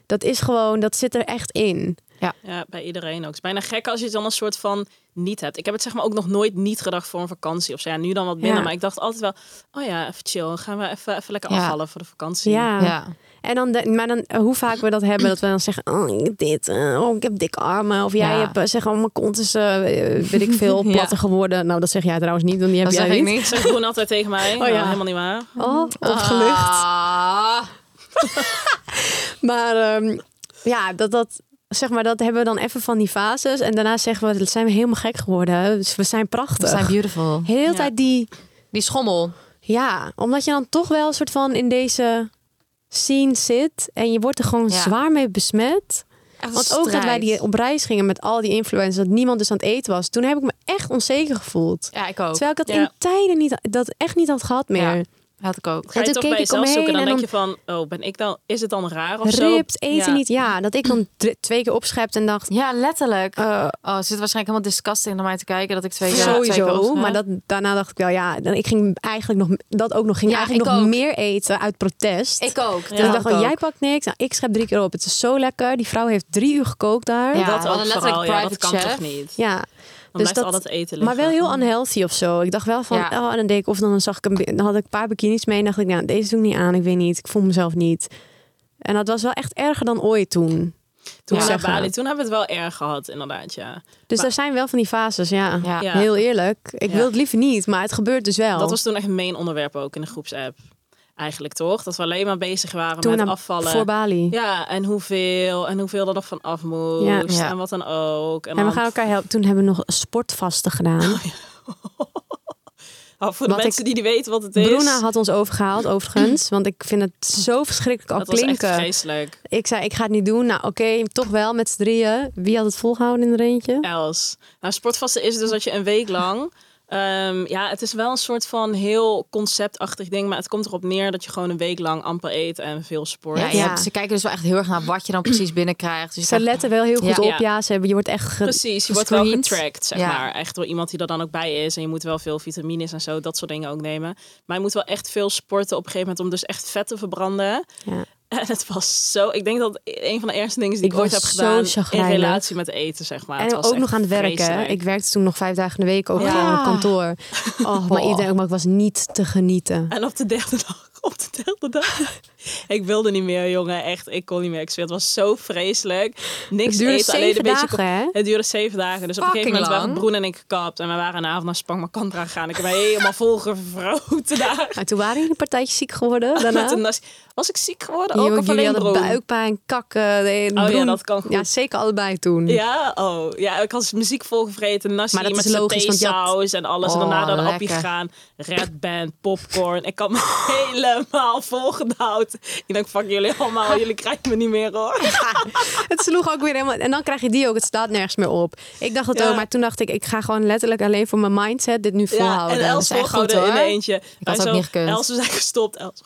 A: Dat is gewoon, dat zit er echt in.
B: Ja, bij iedereen ook. Het is bijna gek als je het dan een soort van niet hebt. Ik heb het zeg maar ook nog nooit niet gedacht voor een vakantie of zo. Ja, nu dan wat minder,
A: Ja.
B: maar ik dacht altijd wel... Oh ja, even chill. Gaan we even, even lekker
C: Ja.
B: afvallen voor de vakantie.
A: Ja.
C: Ja.
A: En dan, de- maar dan, eh, hoe vaak we dat hebben, dat we dan zeggen, oh, ik heb dit, eh, oh, ik heb dikke armen. Of jij
C: Ja.
A: hebt, eh, zeg, oh, mijn kont is, eh, weet ik veel,
C: Ja.
A: platter geworden. Nou, dat zeg jij trouwens niet, want die heb
C: Dat
A: jij
C: zeg ik
A: niet.
C: niet.
B: Ze doen altijd tegen mij.
A: ja.
B: Nou, helemaal niet waar.
A: Oh, opgelucht.
C: Ah.
A: Maar ehm, ja, dat, dat, zeg maar, dat hebben we dan even van die fases. En daarna zeggen we, dat zijn we helemaal gek geworden. Dus we zijn
C: We
A: prachtig.
C: zijn beautiful.
A: De hele
B: Ja.
A: tijd die...
C: Die schommel.
A: Ja, omdat je dan toch wel een soort van in deze scene zit. En je wordt er gewoon
C: Ja.
A: zwaar mee besmet. Want ook dat wij die op reis gingen met al die influencers. Dat niemand dus aan het eten was. Toen heb ik me echt onzeker gevoeld.
C: Ja, ik ook.
A: Terwijl ik dat
B: Ja.
A: in tijden niet, dat echt niet had gehad meer.
C: Ja. Had ik ook.
B: Ga je
A: toen
B: toch
A: keek
B: bij
A: ik om
B: jezelf
A: me
B: zoeken, dan
A: heen en
B: denk je van... Oh, ben ik dan... Is het dan raar of zo?
A: Ript, eten
B: Ja.
A: niet. Ja, dat ik dan dr- twee keer opschept en dacht...
C: Ja, letterlijk.
A: eh,
C: Oh, het zit waarschijnlijk helemaal disgusting naar mij te kijken dat ik twee keer twee keer
A: sowieso.
C: opschrijf.
A: Maar dat, daarna dacht ik wel, ja, dan- ik ging eigenlijk nog dat ook nog ging
C: Ja,
A: eigenlijk
C: ik
A: nog
C: ook.
A: meer eten uit protest.
C: Ik ook.
A: Dus ik
C: had
A: dacht van,
C: ook.
A: jij pakt niks. Nou, ik schep drie keer op. Het is zo lekker. Die vrouw heeft drie uur gekookt daar.
C: Ja.
A: Ja.
B: Dat
C: we
B: ook
C: hadden letterlijk
B: vooral, ja, dat
C: private
B: kan
C: chef.
B: toch niet? Dan
A: dus
B: blijft
A: dat,
B: al dat eten
A: maar
B: liggen.
A: wel heel unhealthy of zo. Ik dacht wel van,
C: Ja.
A: oh, en dan deed ik, of dan zag ik een, bi- dan had ik een paar bikinis mee en dacht ik, nou, deze doe ik niet aan. Ik weet niet. Ik voel mezelf niet. En dat was wel echt erger dan ooit toen.
B: Toen we
A: Ja.
B: naar Bali, toen hebben we het wel erg gehad, inderdaad, ja.
A: Dus
B: Maar-
A: er zijn wel van die fases, ja.
C: Ja.
B: Ja.
A: Heel eerlijk. Ik
B: Ja.
A: wil het liever niet, maar het gebeurt dus wel.
B: Dat was toen echt een main onderwerp ook in de groepsapp. Eigenlijk toch? Dat we alleen maar bezig waren
A: toen
B: met
A: aan-
B: afvallen.
A: voor Bali.
B: Ja, en hoeveel en hoeveel er nog van af moest
A: Ja.
C: Ja.
B: en wat dan ook. En,
A: En we
B: dan,
A: gaan elkaar helpen. Toen hebben we nog sportvasten gedaan.
B: Oh, voor de
A: wat
B: mensen die niet weten wat het is.
A: Bruna had ons overgehaald, overigens. Want ik vind het zo verschrikkelijk al
B: dat was echt
A: klinken.
B: vreselijk.
A: Ik zei, ik ga het niet doen. Nou, oké, toch wel met z'n drieën. Wie had het volgehouden in de eentje?
B: Els. Nou, sportvasten is dus dat je een week lang eh, Ehm, ja, het is wel een soort van heel conceptachtig ding. Maar het komt erop neer dat je gewoon een week lang amper eet en veel sport.
C: Ja, je
A: Ja.
C: hebt- ze kijken dus wel echt heel erg naar wat je dan precies binnenkrijgt. Dus
A: Ze letten wel heel goed
C: Ja.
A: op. Ja, ze hebben, je wordt echt... ge-
B: Precies, je wordt wel
C: gescreend.
B: getracked, zeg
C: Ja.
B: maar. Echt door iemand die er dan ook bij is. En je moet wel veel vitamines en zo, dat soort dingen ook nemen. Maar je moet wel echt veel sporten op een gegeven moment om dus echt vet te verbranden.
A: Ja.
B: En het was zo... Ik denk dat een van de eerste dingen die ik,
A: Ik
B: ooit
A: was
B: heb
A: zo
B: gedaan... in
A: chagrijnig.
B: relatie met eten, zeg maar. Het
A: En
B: was
A: ook
B: echt
A: nog aan het werken.
B: vreselijk.
A: Ik werkte toen nog vijf dagen in de week, ook
B: Ja.
A: gewoon op kantoor. Oh, maar
C: Oh.
A: iedereen ook, maar ik was niet te genieten.
B: En op de derde dag... Op de derde dag... ik wilde niet meer, jongen. Echt, ik kon niet meer. Ik zweer, het was zo vreselijk. Niks
A: Het duurde
B: eten, alleen een
A: zeven
B: beetje
A: dagen, hè?
B: Het duurde zeven dagen. Dus op een
C: Fucking
B: gegeven moment
C: lang.
B: waren Broen en ik gekapt. En we waren een avond naar Spangmakandra gegaan. Ik heb me helemaal volgevroten daar.
A: Maar toen waren jullie een partijtje ziek geworden daarna.
B: Met een nas- was ik ziek geworden?
A: Jongen,
B: Ook of
A: jullie
B: alleen
A: hadden
B: Broen?
A: buikpijn, kakken. de-
B: Oh ja,
A: broen.
B: dat kan goed.
A: Ja, zeker allebei toen.
B: Ja, oh. Ja, ik had muziek volgevreten. Nasi
A: Maar dat
B: met
A: is logisch, want je had-
B: saus en alles. en
C: Oh,
B: daarna dan appie
C: lekker.
B: gegaan. Red Band, popcorn. Ik had me helemaal volgedouwd. Ik denk, fuck jullie allemaal. Jullie krijgen me niet meer hoor.
A: Het sloeg ook weer helemaal... En dan krijg je die ook, het staat nergens meer op. Ik dacht dat
B: Ja.
A: ook, maar toen dacht ik... ik ga gewoon letterlijk alleen voor mijn mindset dit nu
B: Ja,
A: volhouden.
B: en Els
C: echt
B: volgde
C: goed,
B: in
C: hoor.
B: eentje. Hij
C: ook
B: zo,
C: niet gekund.
B: Els, we zijn gestopt. Els,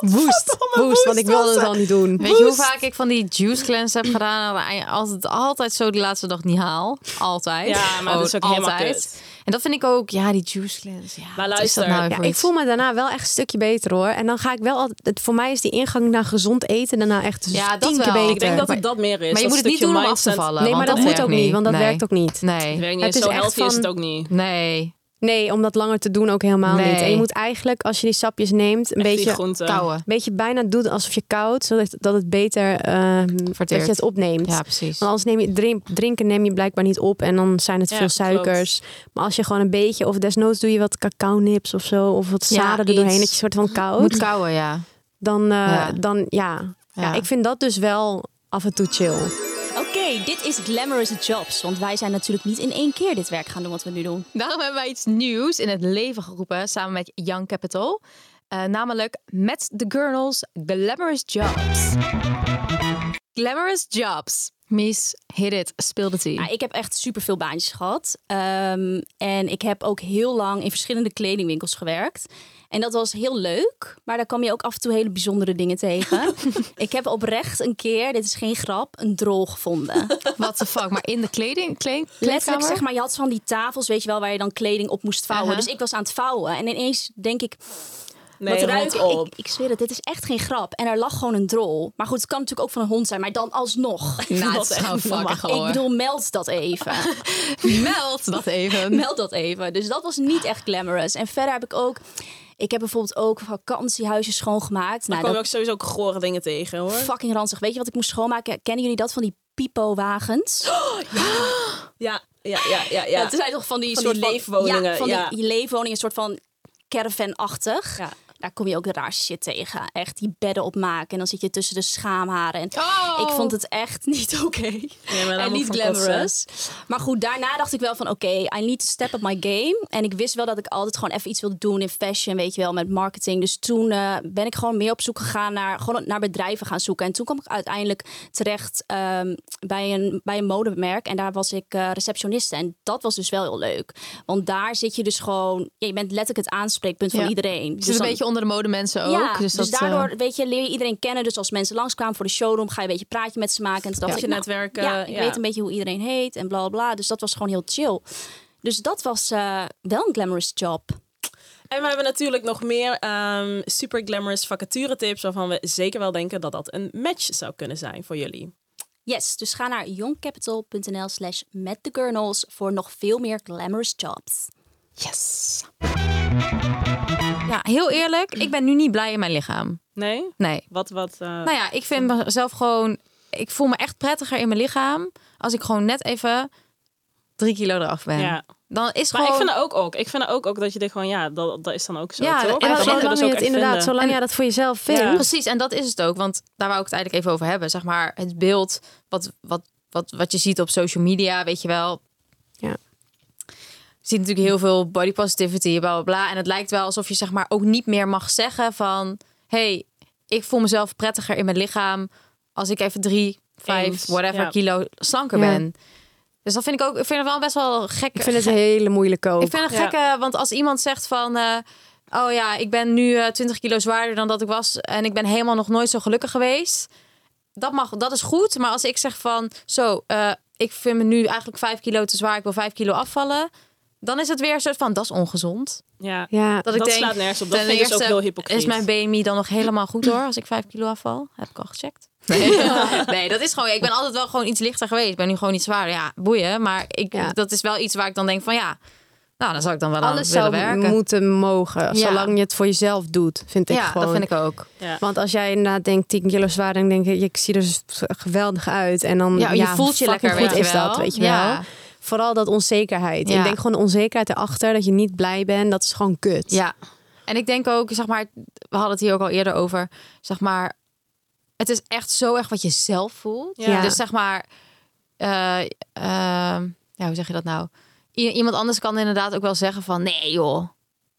A: woest,
B: Godverdomme,
A: woest, want ik
B: woest
A: wilde
B: was
A: het al niet doen.
C: Weet je hoe vaak ik van die juice cleanse heb gedaan? en eigenlijk Altijd, altijd zo de laatste dag niet haal. Altijd.
B: Ja, maar dat is ook
C: Gewoon
B: helemaal
C: altijd.
B: kut.
C: En dat vind ik ook, ja, die juice cleanse. Ja, wat is
B: luister,
C: dat nou weer
A: Ja,
C: voor
A: ik
C: iets?
A: voel me daarna wel echt een stukje beter hoor. En dan ga ik wel altijd. het- Voor mij is die ingang naar gezond eten daarna echt
C: Ja, dat
A: tien keer
C: wel.
A: beter.
B: Ik denk dat
C: Maar-
B: het dat meer is.
C: Maar je
B: dat
C: moet het niet
B: stukje
C: doen om af te
B: mindset.
C: vallen.
A: nee, maar
C: want
A: dat, moet
C: werkt
A: ook niet, want dat
C: Nee.
A: werkt ook niet.
C: Nee.
B: Ik weet niet,
A: Het is
B: zo
A: echt
B: healthy is het
A: van-
B: ook niet.
C: Nee.
A: Nee, om dat langer te doen ook helemaal
C: Nee.
A: niet. En je moet eigenlijk, als je die sapjes neemt, een
B: Echt die
A: beetje, een
B: groenten.
C: Kouwen.
A: beetje bijna doen alsof je koud, zodat dat het beter eh, dat je het opneemt.
C: Ja, precies.
A: Want anders neem je drink- drinken neem je blijkbaar niet op en dan zijn het
B: Ja,
A: veel suikers. Maar als je gewoon een beetje, of desnoods doe je wat cacao nips of zo, of wat
C: Ja,
A: zaden er doorheen,
C: iets.
A: dat je soort van koud.
C: Moet kouwen, ja.
A: dan, eh,
C: Ja.
A: dan ja. Ja.
C: Ja.
A: Ik vind dat dus wel af en toe chill.
E: Oké, dit is Glamorous Jobs. Want wij zijn natuurlijk niet in één keer dit werk gaan doen wat we nu doen.
C: Daarom hebben wij iets nieuws in het leven geroepen samen met Young Capital. Eh, namelijk met de Gurnals Glamorous Jobs. Glamorous Jobs. Miss Hit It speelde die.
E: Ja, Nou, ik heb echt superveel baantjes gehad. Ehm, en ik heb ook heel lang in verschillende kledingwinkels gewerkt. En dat was heel leuk, maar daar kwam je ook af en toe hele bijzondere dingen tegen. ik heb oprecht een keer, dit is geen grap, een drol gevonden.
C: What the fuck, maar in de kleding? kleding
E: Letterlijk
C: kleedkamer?
E: zeg maar, je had van die tafels, weet je wel, waar je dan kleding op moest vouwen.
C: Aha.
E: Dus ik was aan het vouwen en ineens denk ik,
B: Nee,
E: wat
B: ruikt
E: ruikt
B: op.
E: Ik, ik zweer het, dit is echt geen grap. En er lag gewoon een drol. Maar goed, het kan natuurlijk ook van een hond zijn, maar dan alsnog.
C: Nou,
B: Dat
C: dat
B: is
C: is gewoon
B: echt
C: fucking
E: Ik
C: gewoon.
E: bedoel, meld dat even.
C: Meld dat even.
E: Meld dat even. Dus dat was niet echt glamorous. En verder heb ik ook... Ik heb bijvoorbeeld ook vakantiehuisjes schoongemaakt.
B: Daar
E: Nou,
B: kom je
E: dat
B: ook sowieso ook gore dingen tegen hoor.
E: fucking ranzig. Weet je wat ik moest schoonmaken? Kennen jullie dat van die pipo-wagens?
B: Ja, ja, ja, ja.
E: Ja,
B: ja.
E: het zijn toch van die
B: Van die
E: soort
B: leefwoningen,
E: Ja, van
B: ja.
E: Die, die leefwoningen, een soort van caravanachtig.
B: Ja.
E: Daar kom je ook de raarste shit tegen. Echt die bedden opmaken en dan zit je tussen de schaamharen. En
B: Ah,
C: Oh!
E: Ik vond het echt niet oké.
B: maar daar
E: en
B: moet
E: niet
B: van kotsen.
E: glamorous. Maar goed, daarna dacht ik wel van oké, I need to step up my game. En ik wist wel dat ik altijd gewoon even iets wilde doen in fashion, weet je wel, met marketing. Dus toen eh, ben ik gewoon meer op zoek gegaan naar, gewoon naar bedrijven gaan zoeken. En toen kwam ik uiteindelijk terecht ehm, bij, een, bij een modemerk. En daar was ik eh, receptioniste. En dat was dus wel heel leuk. Want daar zit je dus gewoon, ja, je bent letterlijk het aanspreekpunt van
C: Ja.
E: iedereen.
C: Je
E: Dus
C: zit een
E: dan-
C: beetje onder de modemensen ook.
E: ja,
C: dus
E: dus,
C: dat, eh,
E: daardoor weet je, leer je iedereen kennen. Dus als mensen langskwamen voor de showroom, ga je een beetje praatje met ze maken. En toen dacht
B: Beetje
E: ik, nou,
B: netwerken,
E: Ja, ik
B: eh, ja.
E: weet een beetje hoe iedereen heet en bla bla bla. Dus dat was gewoon heel chill. Dus dat was eh, wel een glamorous job.
B: En we hebben natuurlijk nog meer ehm, super glamorous vacature tips waarvan we zeker wel denken dat dat een match zou kunnen zijn voor jullie.
E: Yes, dus ga naar youngcapital.nl slash met de gurnals voor nog veel meer glamorous jobs.
B: Yes.
C: ja, heel eerlijk, ik ben nu niet blij in mijn lichaam.
B: Nee?
C: Nee.
B: Wat, wat? eh,
C: Nou ja, ik vind mezelf gewoon. Ik voel me echt prettiger in mijn lichaam als ik gewoon net even drie kilo eraf ben.
B: Ja.
C: Dan is ehm,
B: Maar
C: gewoon.
B: ik vind dat ook ook. Ik vind dat ook ook dat je dit gewoon, ja, dat, dat is dan ook zo,
C: Ja,
B: toch?
C: en
A: En
C: dat
B: dat mag
C: zolang
B: je
A: zolang
B: dus
A: je
B: ook
A: het
B: echt
A: inderdaad,
B: vinden.
A: zolang jij dat voor jezelf vindt.
B: Ja.
C: Precies, en dat is het ook. Want daar wou ik het eigenlijk even over hebben. Zeg maar het beeld wat, wat, wat, wat je ziet op social media, weet je wel.
A: Ja.
C: Je ziet natuurlijk heel veel body positivity, bla bla bla. En het lijkt wel alsof je zeg maar ook niet meer mag zeggen van... hey, ik voel mezelf prettiger in mijn lichaam als ik even drie, vijf,
B: Eens,
C: whatever
B: ja.
C: kilo slanker
A: Ja.
C: ben. Dus dat vind ik ook, ik vind het wel best wel gek.
A: Ik vind het een hele moeilijke ook.
C: Ik vind het
B: Ja.
C: gekke, want als iemand zegt van... eh, oh ja, ik ben nu eh, 20 kilo zwaarder dan dat ik was... en ik ben helemaal nog nooit zo gelukkig geweest. Dat, mag, dat is goed, maar als ik zeg van... zo, eh, ik vind me nu eigenlijk 5 kilo te zwaar, ik wil 5 kilo afvallen... dan is het weer een soort van, dat is ongezond.
B: Ja.
A: ja,
C: ik
B: Dat slaat nergens op. Dat
C: ten
B: vind ik dus ook
C: eerste
B: heel hypocriet.
C: Is mijn BMI dan nog helemaal goed hoor, als ik 5 kilo afval? Heb ik al gecheckt. Nee, nee, dat is gewoon. Ik ben altijd wel gewoon iets lichter geweest. Ik ben nu gewoon iets zwaarder. Ja, boeien. Maar ik,
A: Ja.
C: dat is wel iets waar ik dan denk van ja. Nou, dan zou ik dan wel
A: alles
C: aan
A: zou
C: willen werken.
A: moeten mogen. Zolang je het voor jezelf doet, vind ik
C: ja,
A: gewoon.
C: dat vind ik ook.
B: Ja.
A: Want als jij inderdaad denkt 10 kilo zwaar, dan denk ik, ik zie er z- geweldig uit. En dan
C: Ja, je voelt je
A: fucking
C: lekker,
A: goed
C: weet je
A: is
C: wel.
A: dat, weet je
C: Ja.
A: wel. Vooral dat onzekerheid.
C: Ja.
A: Ik denk gewoon de onzekerheid erachter, dat je niet blij bent, dat is gewoon kut.
C: Ja. En ik denk ook, zeg maar, we hadden het hier ook al eerder over, zeg maar, het is echt zo erg wat je zelf voelt.
A: Ja.
C: Dus zeg maar, eh, ehm, ja, hoe zeg je dat nou? I- iemand anders kan inderdaad ook wel zeggen van, nee joh,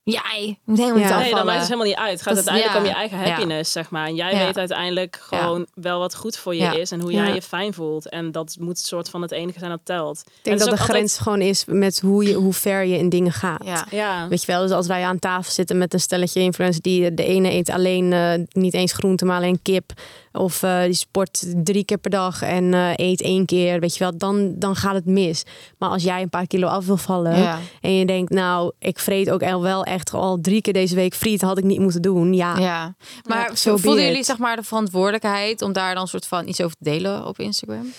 C: jij moet helemaal
A: Ja.
C: niet
B: Nee, dan
C: afvallen.
B: maakt het helemaal niet uit. Het gaat
C: Dat is-
B: uiteindelijk om
C: ja.
B: je eigen
C: Ja.
B: happiness, zeg maar. En jij
C: Ja.
B: weet uiteindelijk gewoon wel wat goed voor je
C: Ja.
B: is en hoe
A: Ja.
B: jij je fijn voelt. En dat moet een soort van het enige zijn dat telt.
A: Ik denk dat de grens gewoon is met hoe, je, hoe ver je in dingen gaat.
C: Ja.
B: Ja.
A: Weet je wel, dus als wij aan tafel zitten met een stelletje influencers die de ene eet alleen eh, niet eens groente, maar alleen kip. Of eh, die sport drie keer per dag en eh, eet één keer. Weet je wel, dan, dan gaat het mis. Maar als jij een paar kilo af wil vallen
C: Ja.
A: en je denkt, nou, ik vreet ook al wel echt al drie keer deze week friet, had ik niet moeten doen. Ja,
C: Ja. Maar
A: Ja, so be
C: voelden
A: it.
C: jullie zeg maar de verantwoordelijkheid om daar dan soort van iets over te delen op Instagram?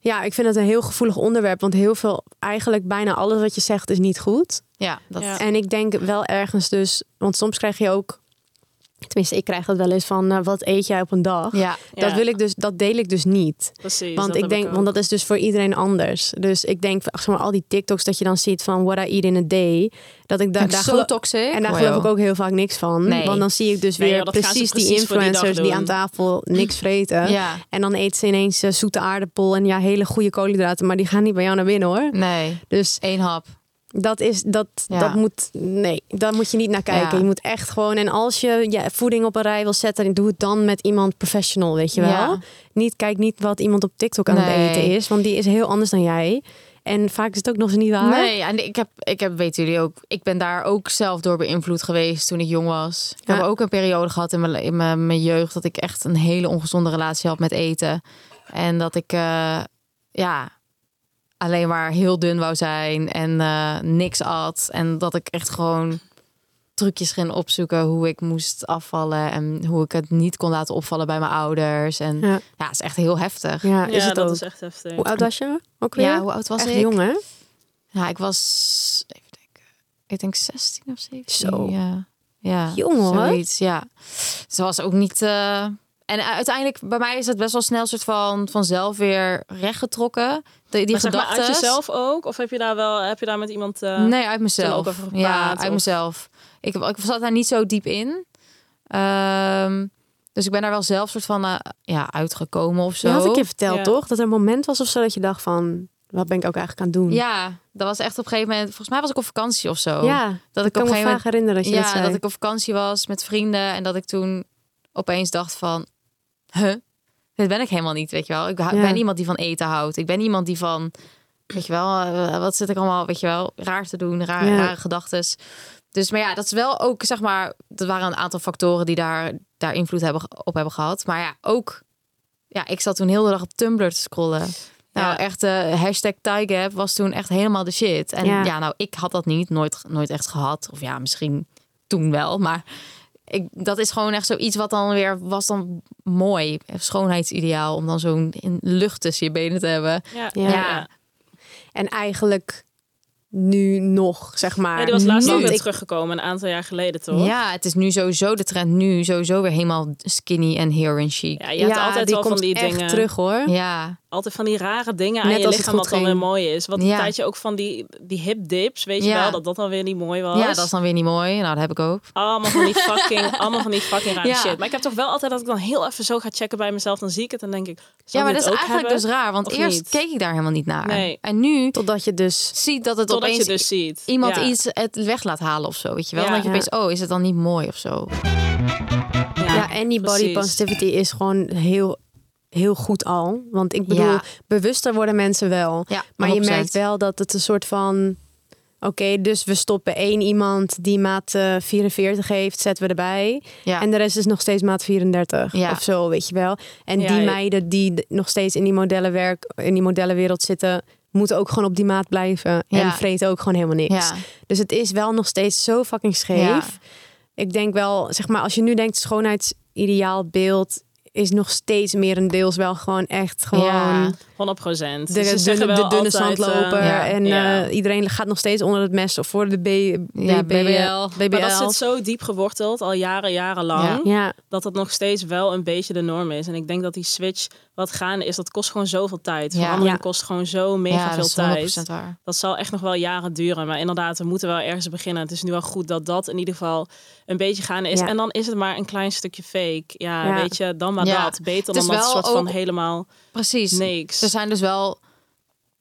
A: ja ik vind het een heel gevoelig onderwerp, want heel veel, eigenlijk bijna alles wat je zegt is niet goed.
C: Ja, dat
B: Ja.
A: En ik denk wel ergens dus, want soms krijg je ook, tenminste ik krijg dat wel eens van, eh, wat eet jij op een dag?
C: Ja.
A: Dat
B: Ja.
A: wil ik dus, dat deel ik dus niet.
B: Precies.
A: Want
B: dat
A: ik
B: heb
A: denk,
B: ook.
A: want dat is dus voor iedereen anders. Dus ik denk, ach, zeg maar, al die TikToks dat je dan ziet van what I eat in a day, dat ik da- daar
C: zo
A: gelo-
C: toxic.
A: en daar
C: Oh,
A: geloof
C: joh.
A: ik ook heel vaak niks van.
C: Nee.
A: Want dan zie ik dus
B: Nee,
A: weer
B: joh, dat gaan ze
A: precies, die
B: precies voor die dag
A: influencers die,
B: doen.
A: aan tafel niks vreten.
C: Ja.
A: En dan eten ze ineens eh, zoete aardappel en ja, hele goede koolhydraten. Maar die gaan niet bij jou naar binnen
B: Mm.
A: hoor.
C: Nee,
A: Dus
C: één hap.
A: dat is dat,
C: Ja.
A: dat moet nee, daar moet je niet naar kijken.
C: Ja.
A: Je moet echt gewoon en als je je voeding op een rij wil zetten, doe het dan met iemand professional, weet je wel.
C: Ja.
A: Niet kijk niet wat iemand op TikTok aan
C: Nee.
A: het eten is, want die is heel anders dan jij. En vaak is het ook nog eens niet waar.
C: Nee, en ik heb, ik heb, weten jullie ook, ik ben daar ook zelf door beïnvloed geweest toen ik jong was. Ik
A: Ja.
C: heb ook een periode gehad in mijn, in mijn, mijn jeugd dat ik echt een hele ongezonde relatie had met eten. En dat ik, eh, ja, alleen maar heel dun wou zijn en eh, niks at. En dat ik echt gewoon trucjes ging opzoeken hoe ik moest afvallen en hoe ik het niet kon laten opvallen bij mijn ouders. En ja,
A: Ja.
C: het is echt heel heftig.
A: Ja,
B: Ja,
A: is het
B: dat
A: ook.
B: is echt heftig.
A: Hoe oud was je? Ook weer?
C: Ja, hoe oud was
A: echt
C: ik?
A: jong hè?
C: Ja, ik was, even denken, ik denk 16 of 17.
A: Zo.
C: Ja, ja
A: Jong, hoor.
C: zoiets, ja. Ze was ook niet... eh, En uiteindelijk, bij mij is het best wel snel soort van vanzelf weer rechtgetrokken. Die, die
B: maar zeg maar
C: gedachten.
B: uit jezelf ook? Of heb je daar wel heb je daar met iemand... eh,
C: Nee, uit
B: ook
C: mezelf.
B: over gepraat,
C: Ja, uit
B: of-
C: mezelf. Ik, ik zat daar niet zo diep in. Ehm, dus ik ben daar wel zelf soort van eh, ja, uitgekomen of zo.
A: Dat had ik je verteld
B: Ja.
A: toch? Dat er een moment was of zo dat je dacht van wat ben ik ook eigenlijk aan het doen?
C: Ja, dat was echt op een gegeven moment... Volgens mij was ik op vakantie of zo.
A: Ja,
C: dat ik
A: kan
C: op een
A: me
C: gegeven moment
A: vaak herinneren dat je
C: ja,
A: dat zei.
C: dat ik op vakantie was met vrienden en dat ik toen opeens dacht van, huh, dit ben ik helemaal niet, weet je wel. Ik hou-
A: Ja.
C: ben iemand die van eten houdt. Ik ben iemand die van, weet je wel, eh, wat zit ik allemaal, weet je wel, raar te doen, raar,
A: Ja.
C: rare gedachten. Dus, maar ja, dat is wel ook, zeg maar, dat waren een aantal factoren die daar, daar invloed hebben, ge- op hebben gehad. Maar ja, ook, ja, ik zat toen heel de dag op Tumblr te scrollen. Nou,
B: Ja.
C: echt, eh hashtag Tygap was toen echt helemaal de shit. En ja.
A: Ja.
C: nou, ik had dat niet, nooit, nooit echt gehad. Of ja, misschien toen wel, maar ik, dat is gewoon echt zoiets wat dan weer was dan mooi. Een schoonheidsideaal om dan zo'n in- lucht tussen je benen te hebben.
B: Ja.
A: Ja. En eigenlijk nu nog, zeg maar.
B: Nee, die was laatst
A: Nu.
B: ook weer
A: Want ik-
B: teruggekomen, een aantal jaar geleden toch?
C: Ja, het is nu sowieso de trend nu sowieso weer helemaal skinny en hair and chic.
B: Ja, je hebt
A: ja,
B: altijd
A: die
B: wel van
A: komt
B: die
A: echt
B: dingen.
A: terug hoor.
C: Ja,
B: Altijd van die rare dingen aan
A: Net
B: je
A: als het
B: lichaam wat
A: goed
B: dan weer
A: ging.
B: mooi is. Want een
C: Ja.
B: tijdje ook van die, die hip dips, weet je
C: Ja.
B: wel, dat dat dan weer niet mooi was.
C: ja, dat is dan weer niet mooi. Nou, dat heb ik ook.
B: Allemaal van die fucking, allemaal van die fucking rare
C: Ja.
B: shit. Maar ik heb toch wel altijd dat ik dan heel even zo ga checken bij mezelf. Dan zie ik het en denk ik, zou
C: ja, maar
B: ik
C: dat
B: dit
C: is
B: ook
C: eigenlijk
B: hebben?
C: dus raar, want
B: of
C: eerst
B: niet?
C: keek ik daar helemaal niet naar.
B: Nee.
C: En nu
A: Totdat je dus
C: zie dat het
B: Totdat
C: opeens
B: je dus ziet.
C: iemand
B: Ja.
C: iets het weg laat halen of zo, weet je wel?
B: Ja.
C: Dan denk je
A: Ja.
C: opeens, oh, is het dan niet mooi of zo?
A: Ja, en die body
B: precies.
A: positivity is gewoon heel heel goed al. Want ik bedoel,
C: Ja.
A: bewuster worden mensen wel.
C: Ja,
A: maar je
C: 100%.
A: merkt wel dat het een soort van... Oké, dus we stoppen één iemand die maat eh, 44 heeft, zetten we erbij.
C: Ja.
A: En de rest is nog steeds maat 34
C: Ja.
A: of zo, weet je wel. En
B: Ja,
A: die
B: ja.
A: meiden die d- nog steeds in die modellenwerk, in die modellenwereld zitten, moeten ook gewoon op die maat blijven. En
C: Ja.
A: vreten ook gewoon helemaal niks.
C: Ja.
A: Dus het is wel nog steeds zo fucking scheef.
C: Ja.
A: Ik denk wel, zeg maar, als je nu denkt schoonheidsideaalbeeld is nog steeds merendeels wel gewoon echt gewoon
C: Ja.
B: 100 procent. Dus
A: de, dunne, de dunne zandloper.
C: ja,
A: en
B: ja.
A: eh, iedereen gaat nog steeds onder het mes of voor de B,
C: Ja,
A: B-
C: BBL.
A: BBL.
B: maar dat zit zo diep geworteld, al jaren, jarenlang.
C: Ja.
A: Ja,
B: dat dat nog steeds wel een beetje de norm is. En ik denk dat die switch wat gaande is, dat kost gewoon zoveel tijd.
C: Ja.
B: Verandering
A: Ja.
B: kost gewoon zo mega
C: ja,
B: veel
C: dat is 100%
B: tijd.
C: waar.
B: Dat zal echt nog wel jaren duren. Maar inderdaad, we moeten wel ergens beginnen. Het is nu wel goed dat dat in ieder geval een beetje gaande is.
A: Ja.
B: En dan is het maar een klein stukje fake. Ja,
A: Ja.
B: weet je, dan maar
C: Ja.
B: dat. Beter
C: Het is
B: dan dat
C: wel
B: soort van
C: ook-
B: helemaal
C: Precies.
B: niks.
C: Er zijn dus wel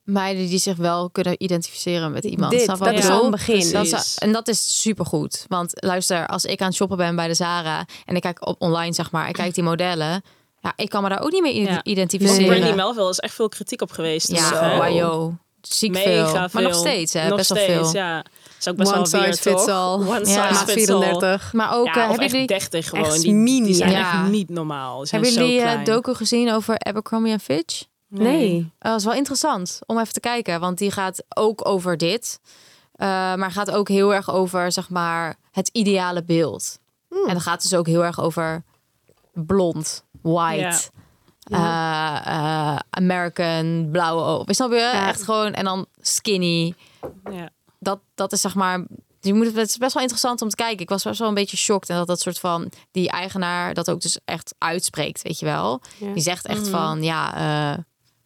C: meiden die zich wel kunnen identificeren met iemand.
A: Dit,
C: Snap je wat
A: dat
C: ik
A: is al
C: bedoel?
A: een begin.
C: Dat
B: Precies.
C: is- en dat is supergoed. Want luister, als ik aan het shoppen ben bij de Zara en ik kijk op online, zeg maar, ik kijk die modellen. Ja, ik kan me daar ook niet mee i-
B: Ja.
C: identificeren.
A: Zeker.
B: Brandy Melville is echt veel kritiek op geweest.
C: ja, oh,
B: Dus, hè,
C: maar joh, ziek
B: Mega
C: veel.
B: veel.
C: Maar nog steeds, hè,
B: Nog
C: best wel
B: steeds,
C: veel.
B: Ja. Is ook best
A: one
B: wel
A: size
B: weer,
A: fits
B: toch?
A: all.
B: One size
C: Ja.
A: Maat
B: fits all.
A: 34.
C: Maar ook, eh,
B: ja, of
C: hebben
B: echt
C: jullie,
B: 30 gewoon.
A: echt
B: die,
A: mini.
B: die zijn
C: Ja.
B: echt niet normaal. Ze zijn
C: hebben jullie
B: zo
C: eh,
B: klein.
C: docu gezien over Abercrombie en Fitch?
A: nee.
C: Eh, Dat is wel interessant om even te kijken, want die gaat ook over dit. Eh, maar gaat ook heel erg over, zeg maar, het ideale beeld. En dat gaat dus ook heel erg over blond, white, eh, eh, American, blauwe ogen. Snap je? Echt gewoon, en dan skinny.
B: Ja.
C: Dat, dat is zeg maar... Je moet, het is best wel interessant om te kijken. Ik was best wel een beetje shocked. En dat dat soort van... Die eigenaar dat ook dus echt uitspreekt, weet je wel.
A: Ja.
C: Die zegt
A: Mhm.
C: echt van, ja... eh,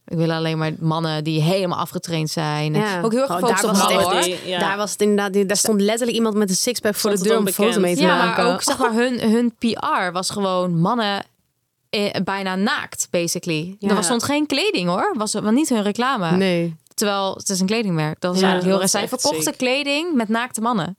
C: ik wil alleen maar mannen die helemaal afgetraind zijn.
A: Ja.
C: Ook heel
A: Gewoon,
C: erg gefocust op
A: daar was het
C: mannen,
A: echt-
C: hoor.
B: Die- ja.
A: Daar was het inderdaad, daar stond letterlijk iemand met een sixpack voor
B: Stond
A: de
B: het
A: deur om een
B: onbekend.
A: foto mee te
C: Ja,
A: maken.
C: maar ook zeg maar hun, hun PR was gewoon mannen eh, bijna naakt, basically.
A: Ja.
C: Er stond geen kleding hoor, was, was niet hun reclame.
A: Nee.
C: Terwijl het is een kledingmerk. Dat is
B: Ja,
C: eigenlijk heel
B: dat
C: raar.
B: is
C: Zij
B: echt
C: verkochten
B: ziek.
C: kleding met naakte mannen.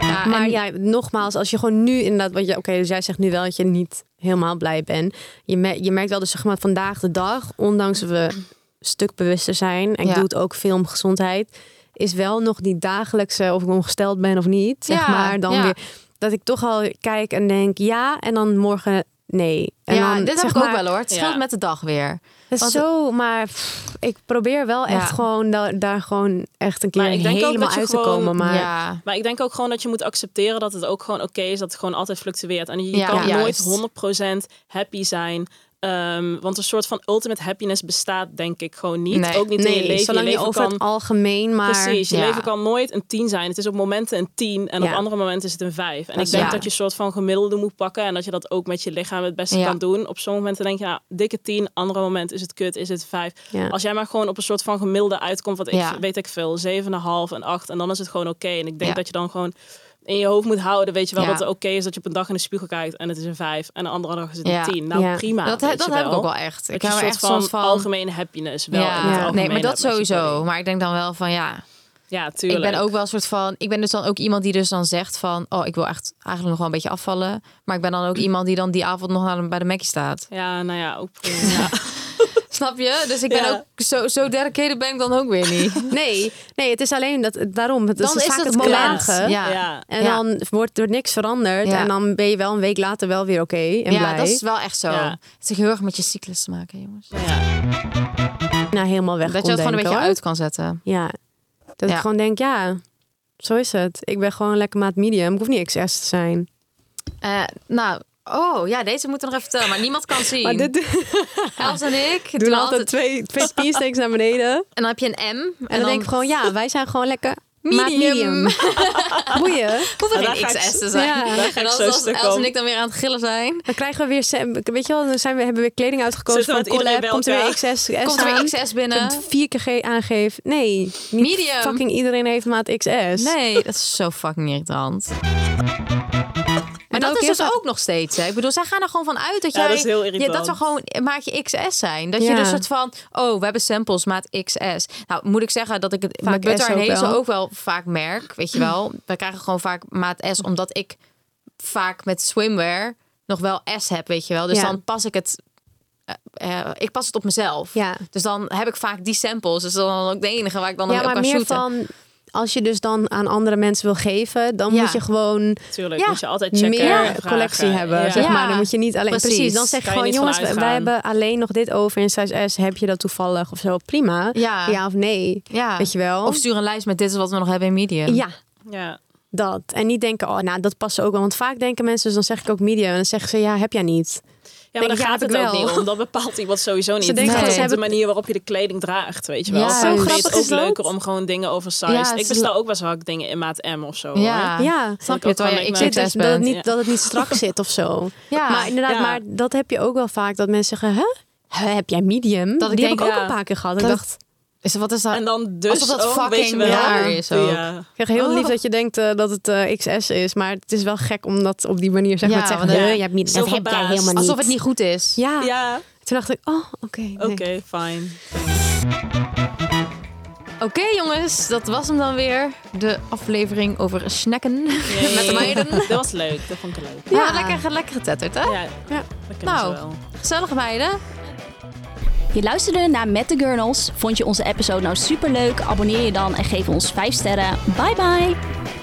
C: Ja,
A: Maar
C: Ah, en-
A: ja, nogmaals, als je gewoon nu inderdaad, want je, oké, dus jij zegt nu wel dat je niet helemaal blij bent. Je, mer- je merkt wel dus zeg maar vandaag de dag, ondanks dat we een stuk bewuster zijn, en ik
C: Ja.
A: doe het ook veel om gezondheid, is wel nog die dagelijkse, of ik ongesteld ben of niet, zeg
C: Ja,
A: maar, dan
C: ja.
A: weer dat ik toch al kijk en denk ja, en dan morgen nee. En
C: ja,
A: dan,
C: dit heb
A: zeg
C: ik ook
A: maar,
C: wel hoor. Het scheelt
B: Ja.
C: met de dag weer.
A: Het is
C: Want-
A: zo, maar pff, ik probeer wel echt
C: Ja.
A: gewoon da- daar gewoon echt een keer
B: Maar ik denk ook
A: helemaal
B: dat je
A: uit te
B: gewoon-
A: komen. Maar
C: ja.
B: Maar ik denk ook gewoon dat je moet accepteren dat het ook gewoon oké is. Dat het gewoon altijd fluctueert. En je
C: Ja,
B: kan
C: juist.
B: nooit 100% happy zijn. Ehm, want een soort van ultimate happiness bestaat denk ik gewoon niet.
C: Nee.
B: Ook niet in je
A: nee,
B: leven.
A: zolang je,
B: leven
A: over
B: kan,
A: het algemeen maar...
B: Precies, je
C: Ja.
B: leven kan nooit een 10 zijn. Het is op momenten een 10 en
A: Ja.
B: op andere momenten is het een 5. En
A: Dat
B: ik
A: is
B: denk
C: waar.
B: dat je een soort van gemiddelde moet pakken en dat je dat ook met je lichaam het beste
C: Ja.
B: kan doen. Op sommige momenten denk je, ja, dikke 10, andere moment is het kut, is het 5.
A: Ja.
B: Als jij maar gewoon op een soort van gemiddelde uitkomt, wat ik
C: Ja.
B: weet ik veel, 7,5 en 8 en dan is het gewoon oké. En ik denk
C: Ja.
B: dat je dan gewoon in je hoofd moet houden, weet je wel,
C: Ja.
B: dat het oké is dat je op een dag in de spiegel kijkt en het is een 5 en de andere dag is het een
C: Ja.
B: 10. Nou,
A: Ja.
B: prima.
C: dat he-
B: weet
C: dat
B: je
C: heb ik ook wel echt.
B: Dat
C: Ik
B: je
C: heb
B: een
C: er
B: soort
C: echt
B: van,
C: soms van...
B: algemene happiness wel. in het
C: Nee,
B: algemeen
C: maar dat
B: hebt met je
C: sowieso.
B: body.
C: Maar ik denk dan wel van ja,
B: Ja, tuurlijk.
C: Ik ben ook wel een soort van. Ik ben dus dan ook iemand die dus dan zegt van. Oh, ik wil echt eigenlijk nog wel een beetje afvallen. Maar ik ben dan ook iemand die dan die avond nog naar de- bij de Mackie staat.
B: Ja, nou ja, ook prima. Ja.
C: Snap je? Dus ik ben
B: Ja.
C: ook zo, zo dedicated ben ik dan ook weer niet.
A: Nee, nee, het is alleen dat daarom. Het is,
C: Dus dan is
A: vaak
C: het
A: het
C: moment.
A: klagen.
C: Ja.
B: Ja.
A: En
C: Ja.
A: dan wordt er niks veranderd.
C: Ja.
A: En dan ben je wel een week later wel weer oké en
C: ja,
A: blij.
C: dat is wel echt zo.
B: Ja.
C: Het heeft heel erg met je cyclus te maken, jongens.
B: Ja.
A: Nou, helemaal weg
C: Dat je
A: kon
C: het gewoon een beetje
A: denken, hoor.
C: uit kan zetten.
A: Ja. Dat
C: Ja.
A: ik gewoon denk, ja, zo is het. Ik ben gewoon lekker maat medium. Ik hoef niet XS te zijn.
C: Eh, nou, oh ja, deze moeten we nog even vertellen. Maar niemand kan zien.
A: Maar dit
C: Els en ik
A: doen altijd twee, twee steaks naar beneden. En,
C: En dan heb je een M. En,
A: dan, denk ik gewoon, ja, wij zijn gewoon lekker maat
C: Medium.
A: medium. Boeien.
C: hoef er
B: Ja,
C: geen
B: daar ga ik
C: XS te
B: zo-
C: zijn.
A: Ja. Daar
B: ga
C: en
B: ik
C: als,
B: zo
C: als
B: stuk
C: Els
B: om.
C: en ik dan weer aan het gillen zijn,
A: Dan krijgen we weer, sem- weet je wel, dan zijn we, hebben we weer kleding uitgekozen
B: Zitten we
A: voor een
B: met iedereen
A: collab.
B: bij
A: Komt er weer
B: elkaar?
A: XS
C: komt er
A: aan.
C: weer XS binnen.
A: het vier keer ge- aangeef. Nee, niet
C: Medium.
A: fucking iedereen heeft maat XS.
C: Nee, dat is zo fucking irritant. Maar
A: ook
C: dat is
A: heel
C: dus
A: vaak-
C: ook nog steeds. Hè? Ik bedoel, zij gaan er gewoon van uit dat
B: Ja,
C: jij...
B: dat is heel irritant.
C: Ja, dat zou gewoon een maatje XS zijn. Dat
A: Ja.
C: je dus soort van... Oh, we hebben samples maat XS. Nou, moet ik zeggen dat ik het
A: Vaak
C: met Butter
A: S
C: en
A: ook
C: Hazel
A: wel.
C: ook wel vaak merk. Weet je wel? We krijgen gewoon vaak maat S. Omdat ik vaak met swimwear nog wel S heb, weet je wel. Dus
A: Ja.
C: dan pas ik het eh, eh, ik pas het op mezelf.
A: Ja.
C: Dus dan heb ik vaak die samples. Dus dan ook de enige waar ik dan
A: Ja,
C: mee op
A: maar
C: kan
A: meer
C: shooten.
A: van als je dus dan aan andere mensen wil geven, dan
C: Ja.
A: moet je gewoon
B: Tuurlijk,
C: Ja,
B: moet je altijd checken. en
A: meer
B: vragen.
A: collectie hebben.
B: Ja.
A: Zeg
C: Ja.
A: maar, dan moet je niet alleen. Precies,
C: Precies.
A: dan zeg je
B: Kan je
A: gewoon:
B: niet
A: jongens, wij
B: vanuit gaan.
A: hebben alleen nog dit over in size S. Heb je dat toevallig of zo? Prima.
C: Ja.
A: ja of nee.
C: Ja.
A: Weet je wel?
C: Of stuur een lijst met dit is wat we nog hebben in Medium.
A: ja,
B: Ja.
A: dat. En niet denken: oh, nou, dat past ook wel. Want vaak denken mensen, dus dan zeg ik ook medium. En dan zeggen ze: ja, heb jij niet.
B: Ja,
A: Denk
B: maar daar
A: ik, ja,
B: gaat
A: heb
B: het
A: ik
B: ook
A: wel.
B: niet om. Dat bepaalt iemand sowieso niet.
A: Ze denken
B: het
C: gewoon,
B: gaat
C: ze
B: om de
A: hebben-
B: manier waarop je de kleding draagt, weet je wel.
C: Ja,
B: Zo
C: Zo
B: vind
A: grappig
B: het
A: is
B: ook
A: dat.
B: leuker om gewoon dingen oversized.
C: Ja,
B: ik
C: ze-
B: bestel ook best wel vaak dingen in maat M of zo.
C: Ja.
B: hoor.
A: Ja.
C: Snap
B: Ik
C: je
B: ook
C: het wel?
B: gewoon
C: Ja,
B: leuk
C: ik
B: ben.
C: zit
A: Dit
C: best
A: is, dat, het
C: bent.
A: niet,
B: Ja.
A: dat het niet strak zit of zo.
C: Ja.
A: Maar inderdaad,
B: Ja.
A: maar dat heb je ook wel vaak. Dat mensen zeggen, hè? Hè, heb jij medium?
C: Dat ik
A: Die
C: denk,
A: heb ik ook
B: ja,
A: een paar keer gehad.
C: dat
A: ik
C: het-
A: dacht,
C: Is, wat is dat?
B: En dan dus
C: Alsof dat
B: ook, weet je
C: fucking
B: wel.
C: raar is ook.
B: Ja.
A: Ik krijg heel
C: Oh.
A: lief dat je denkt eh, dat het eh, XS is. Maar het is wel gek om dat op die manier zeg
C: Ja,
A: maar, te zeggen.
C: want, eh,
A: "Huh,
B: ja,
A: je hebt niet,
B: zo
A: dat heb jij
B: verbaasd.
A: helemaal niet.
C: Alsof het niet goed is.
A: Ja.
B: Ja,
A: Toen dacht ik, oh, oké. nee.
B: oké, fijn.
C: Oké jongens, dat was hem dan weer. De aflevering over snacken met de meiden.
B: Dat was leuk, dat vond ik leuk.
C: Ja, lekker, lekker getetterd hè?
B: Ja,
A: Ja.
B: dat kunnen
C: Nou.
B: ze wel.
C: Gezellige meiden.
E: Je luisterde naar Met de Gurnals. Vond je onze episode nou superleuk? Abonneer je dan en geef ons 5 sterren. Bye bye!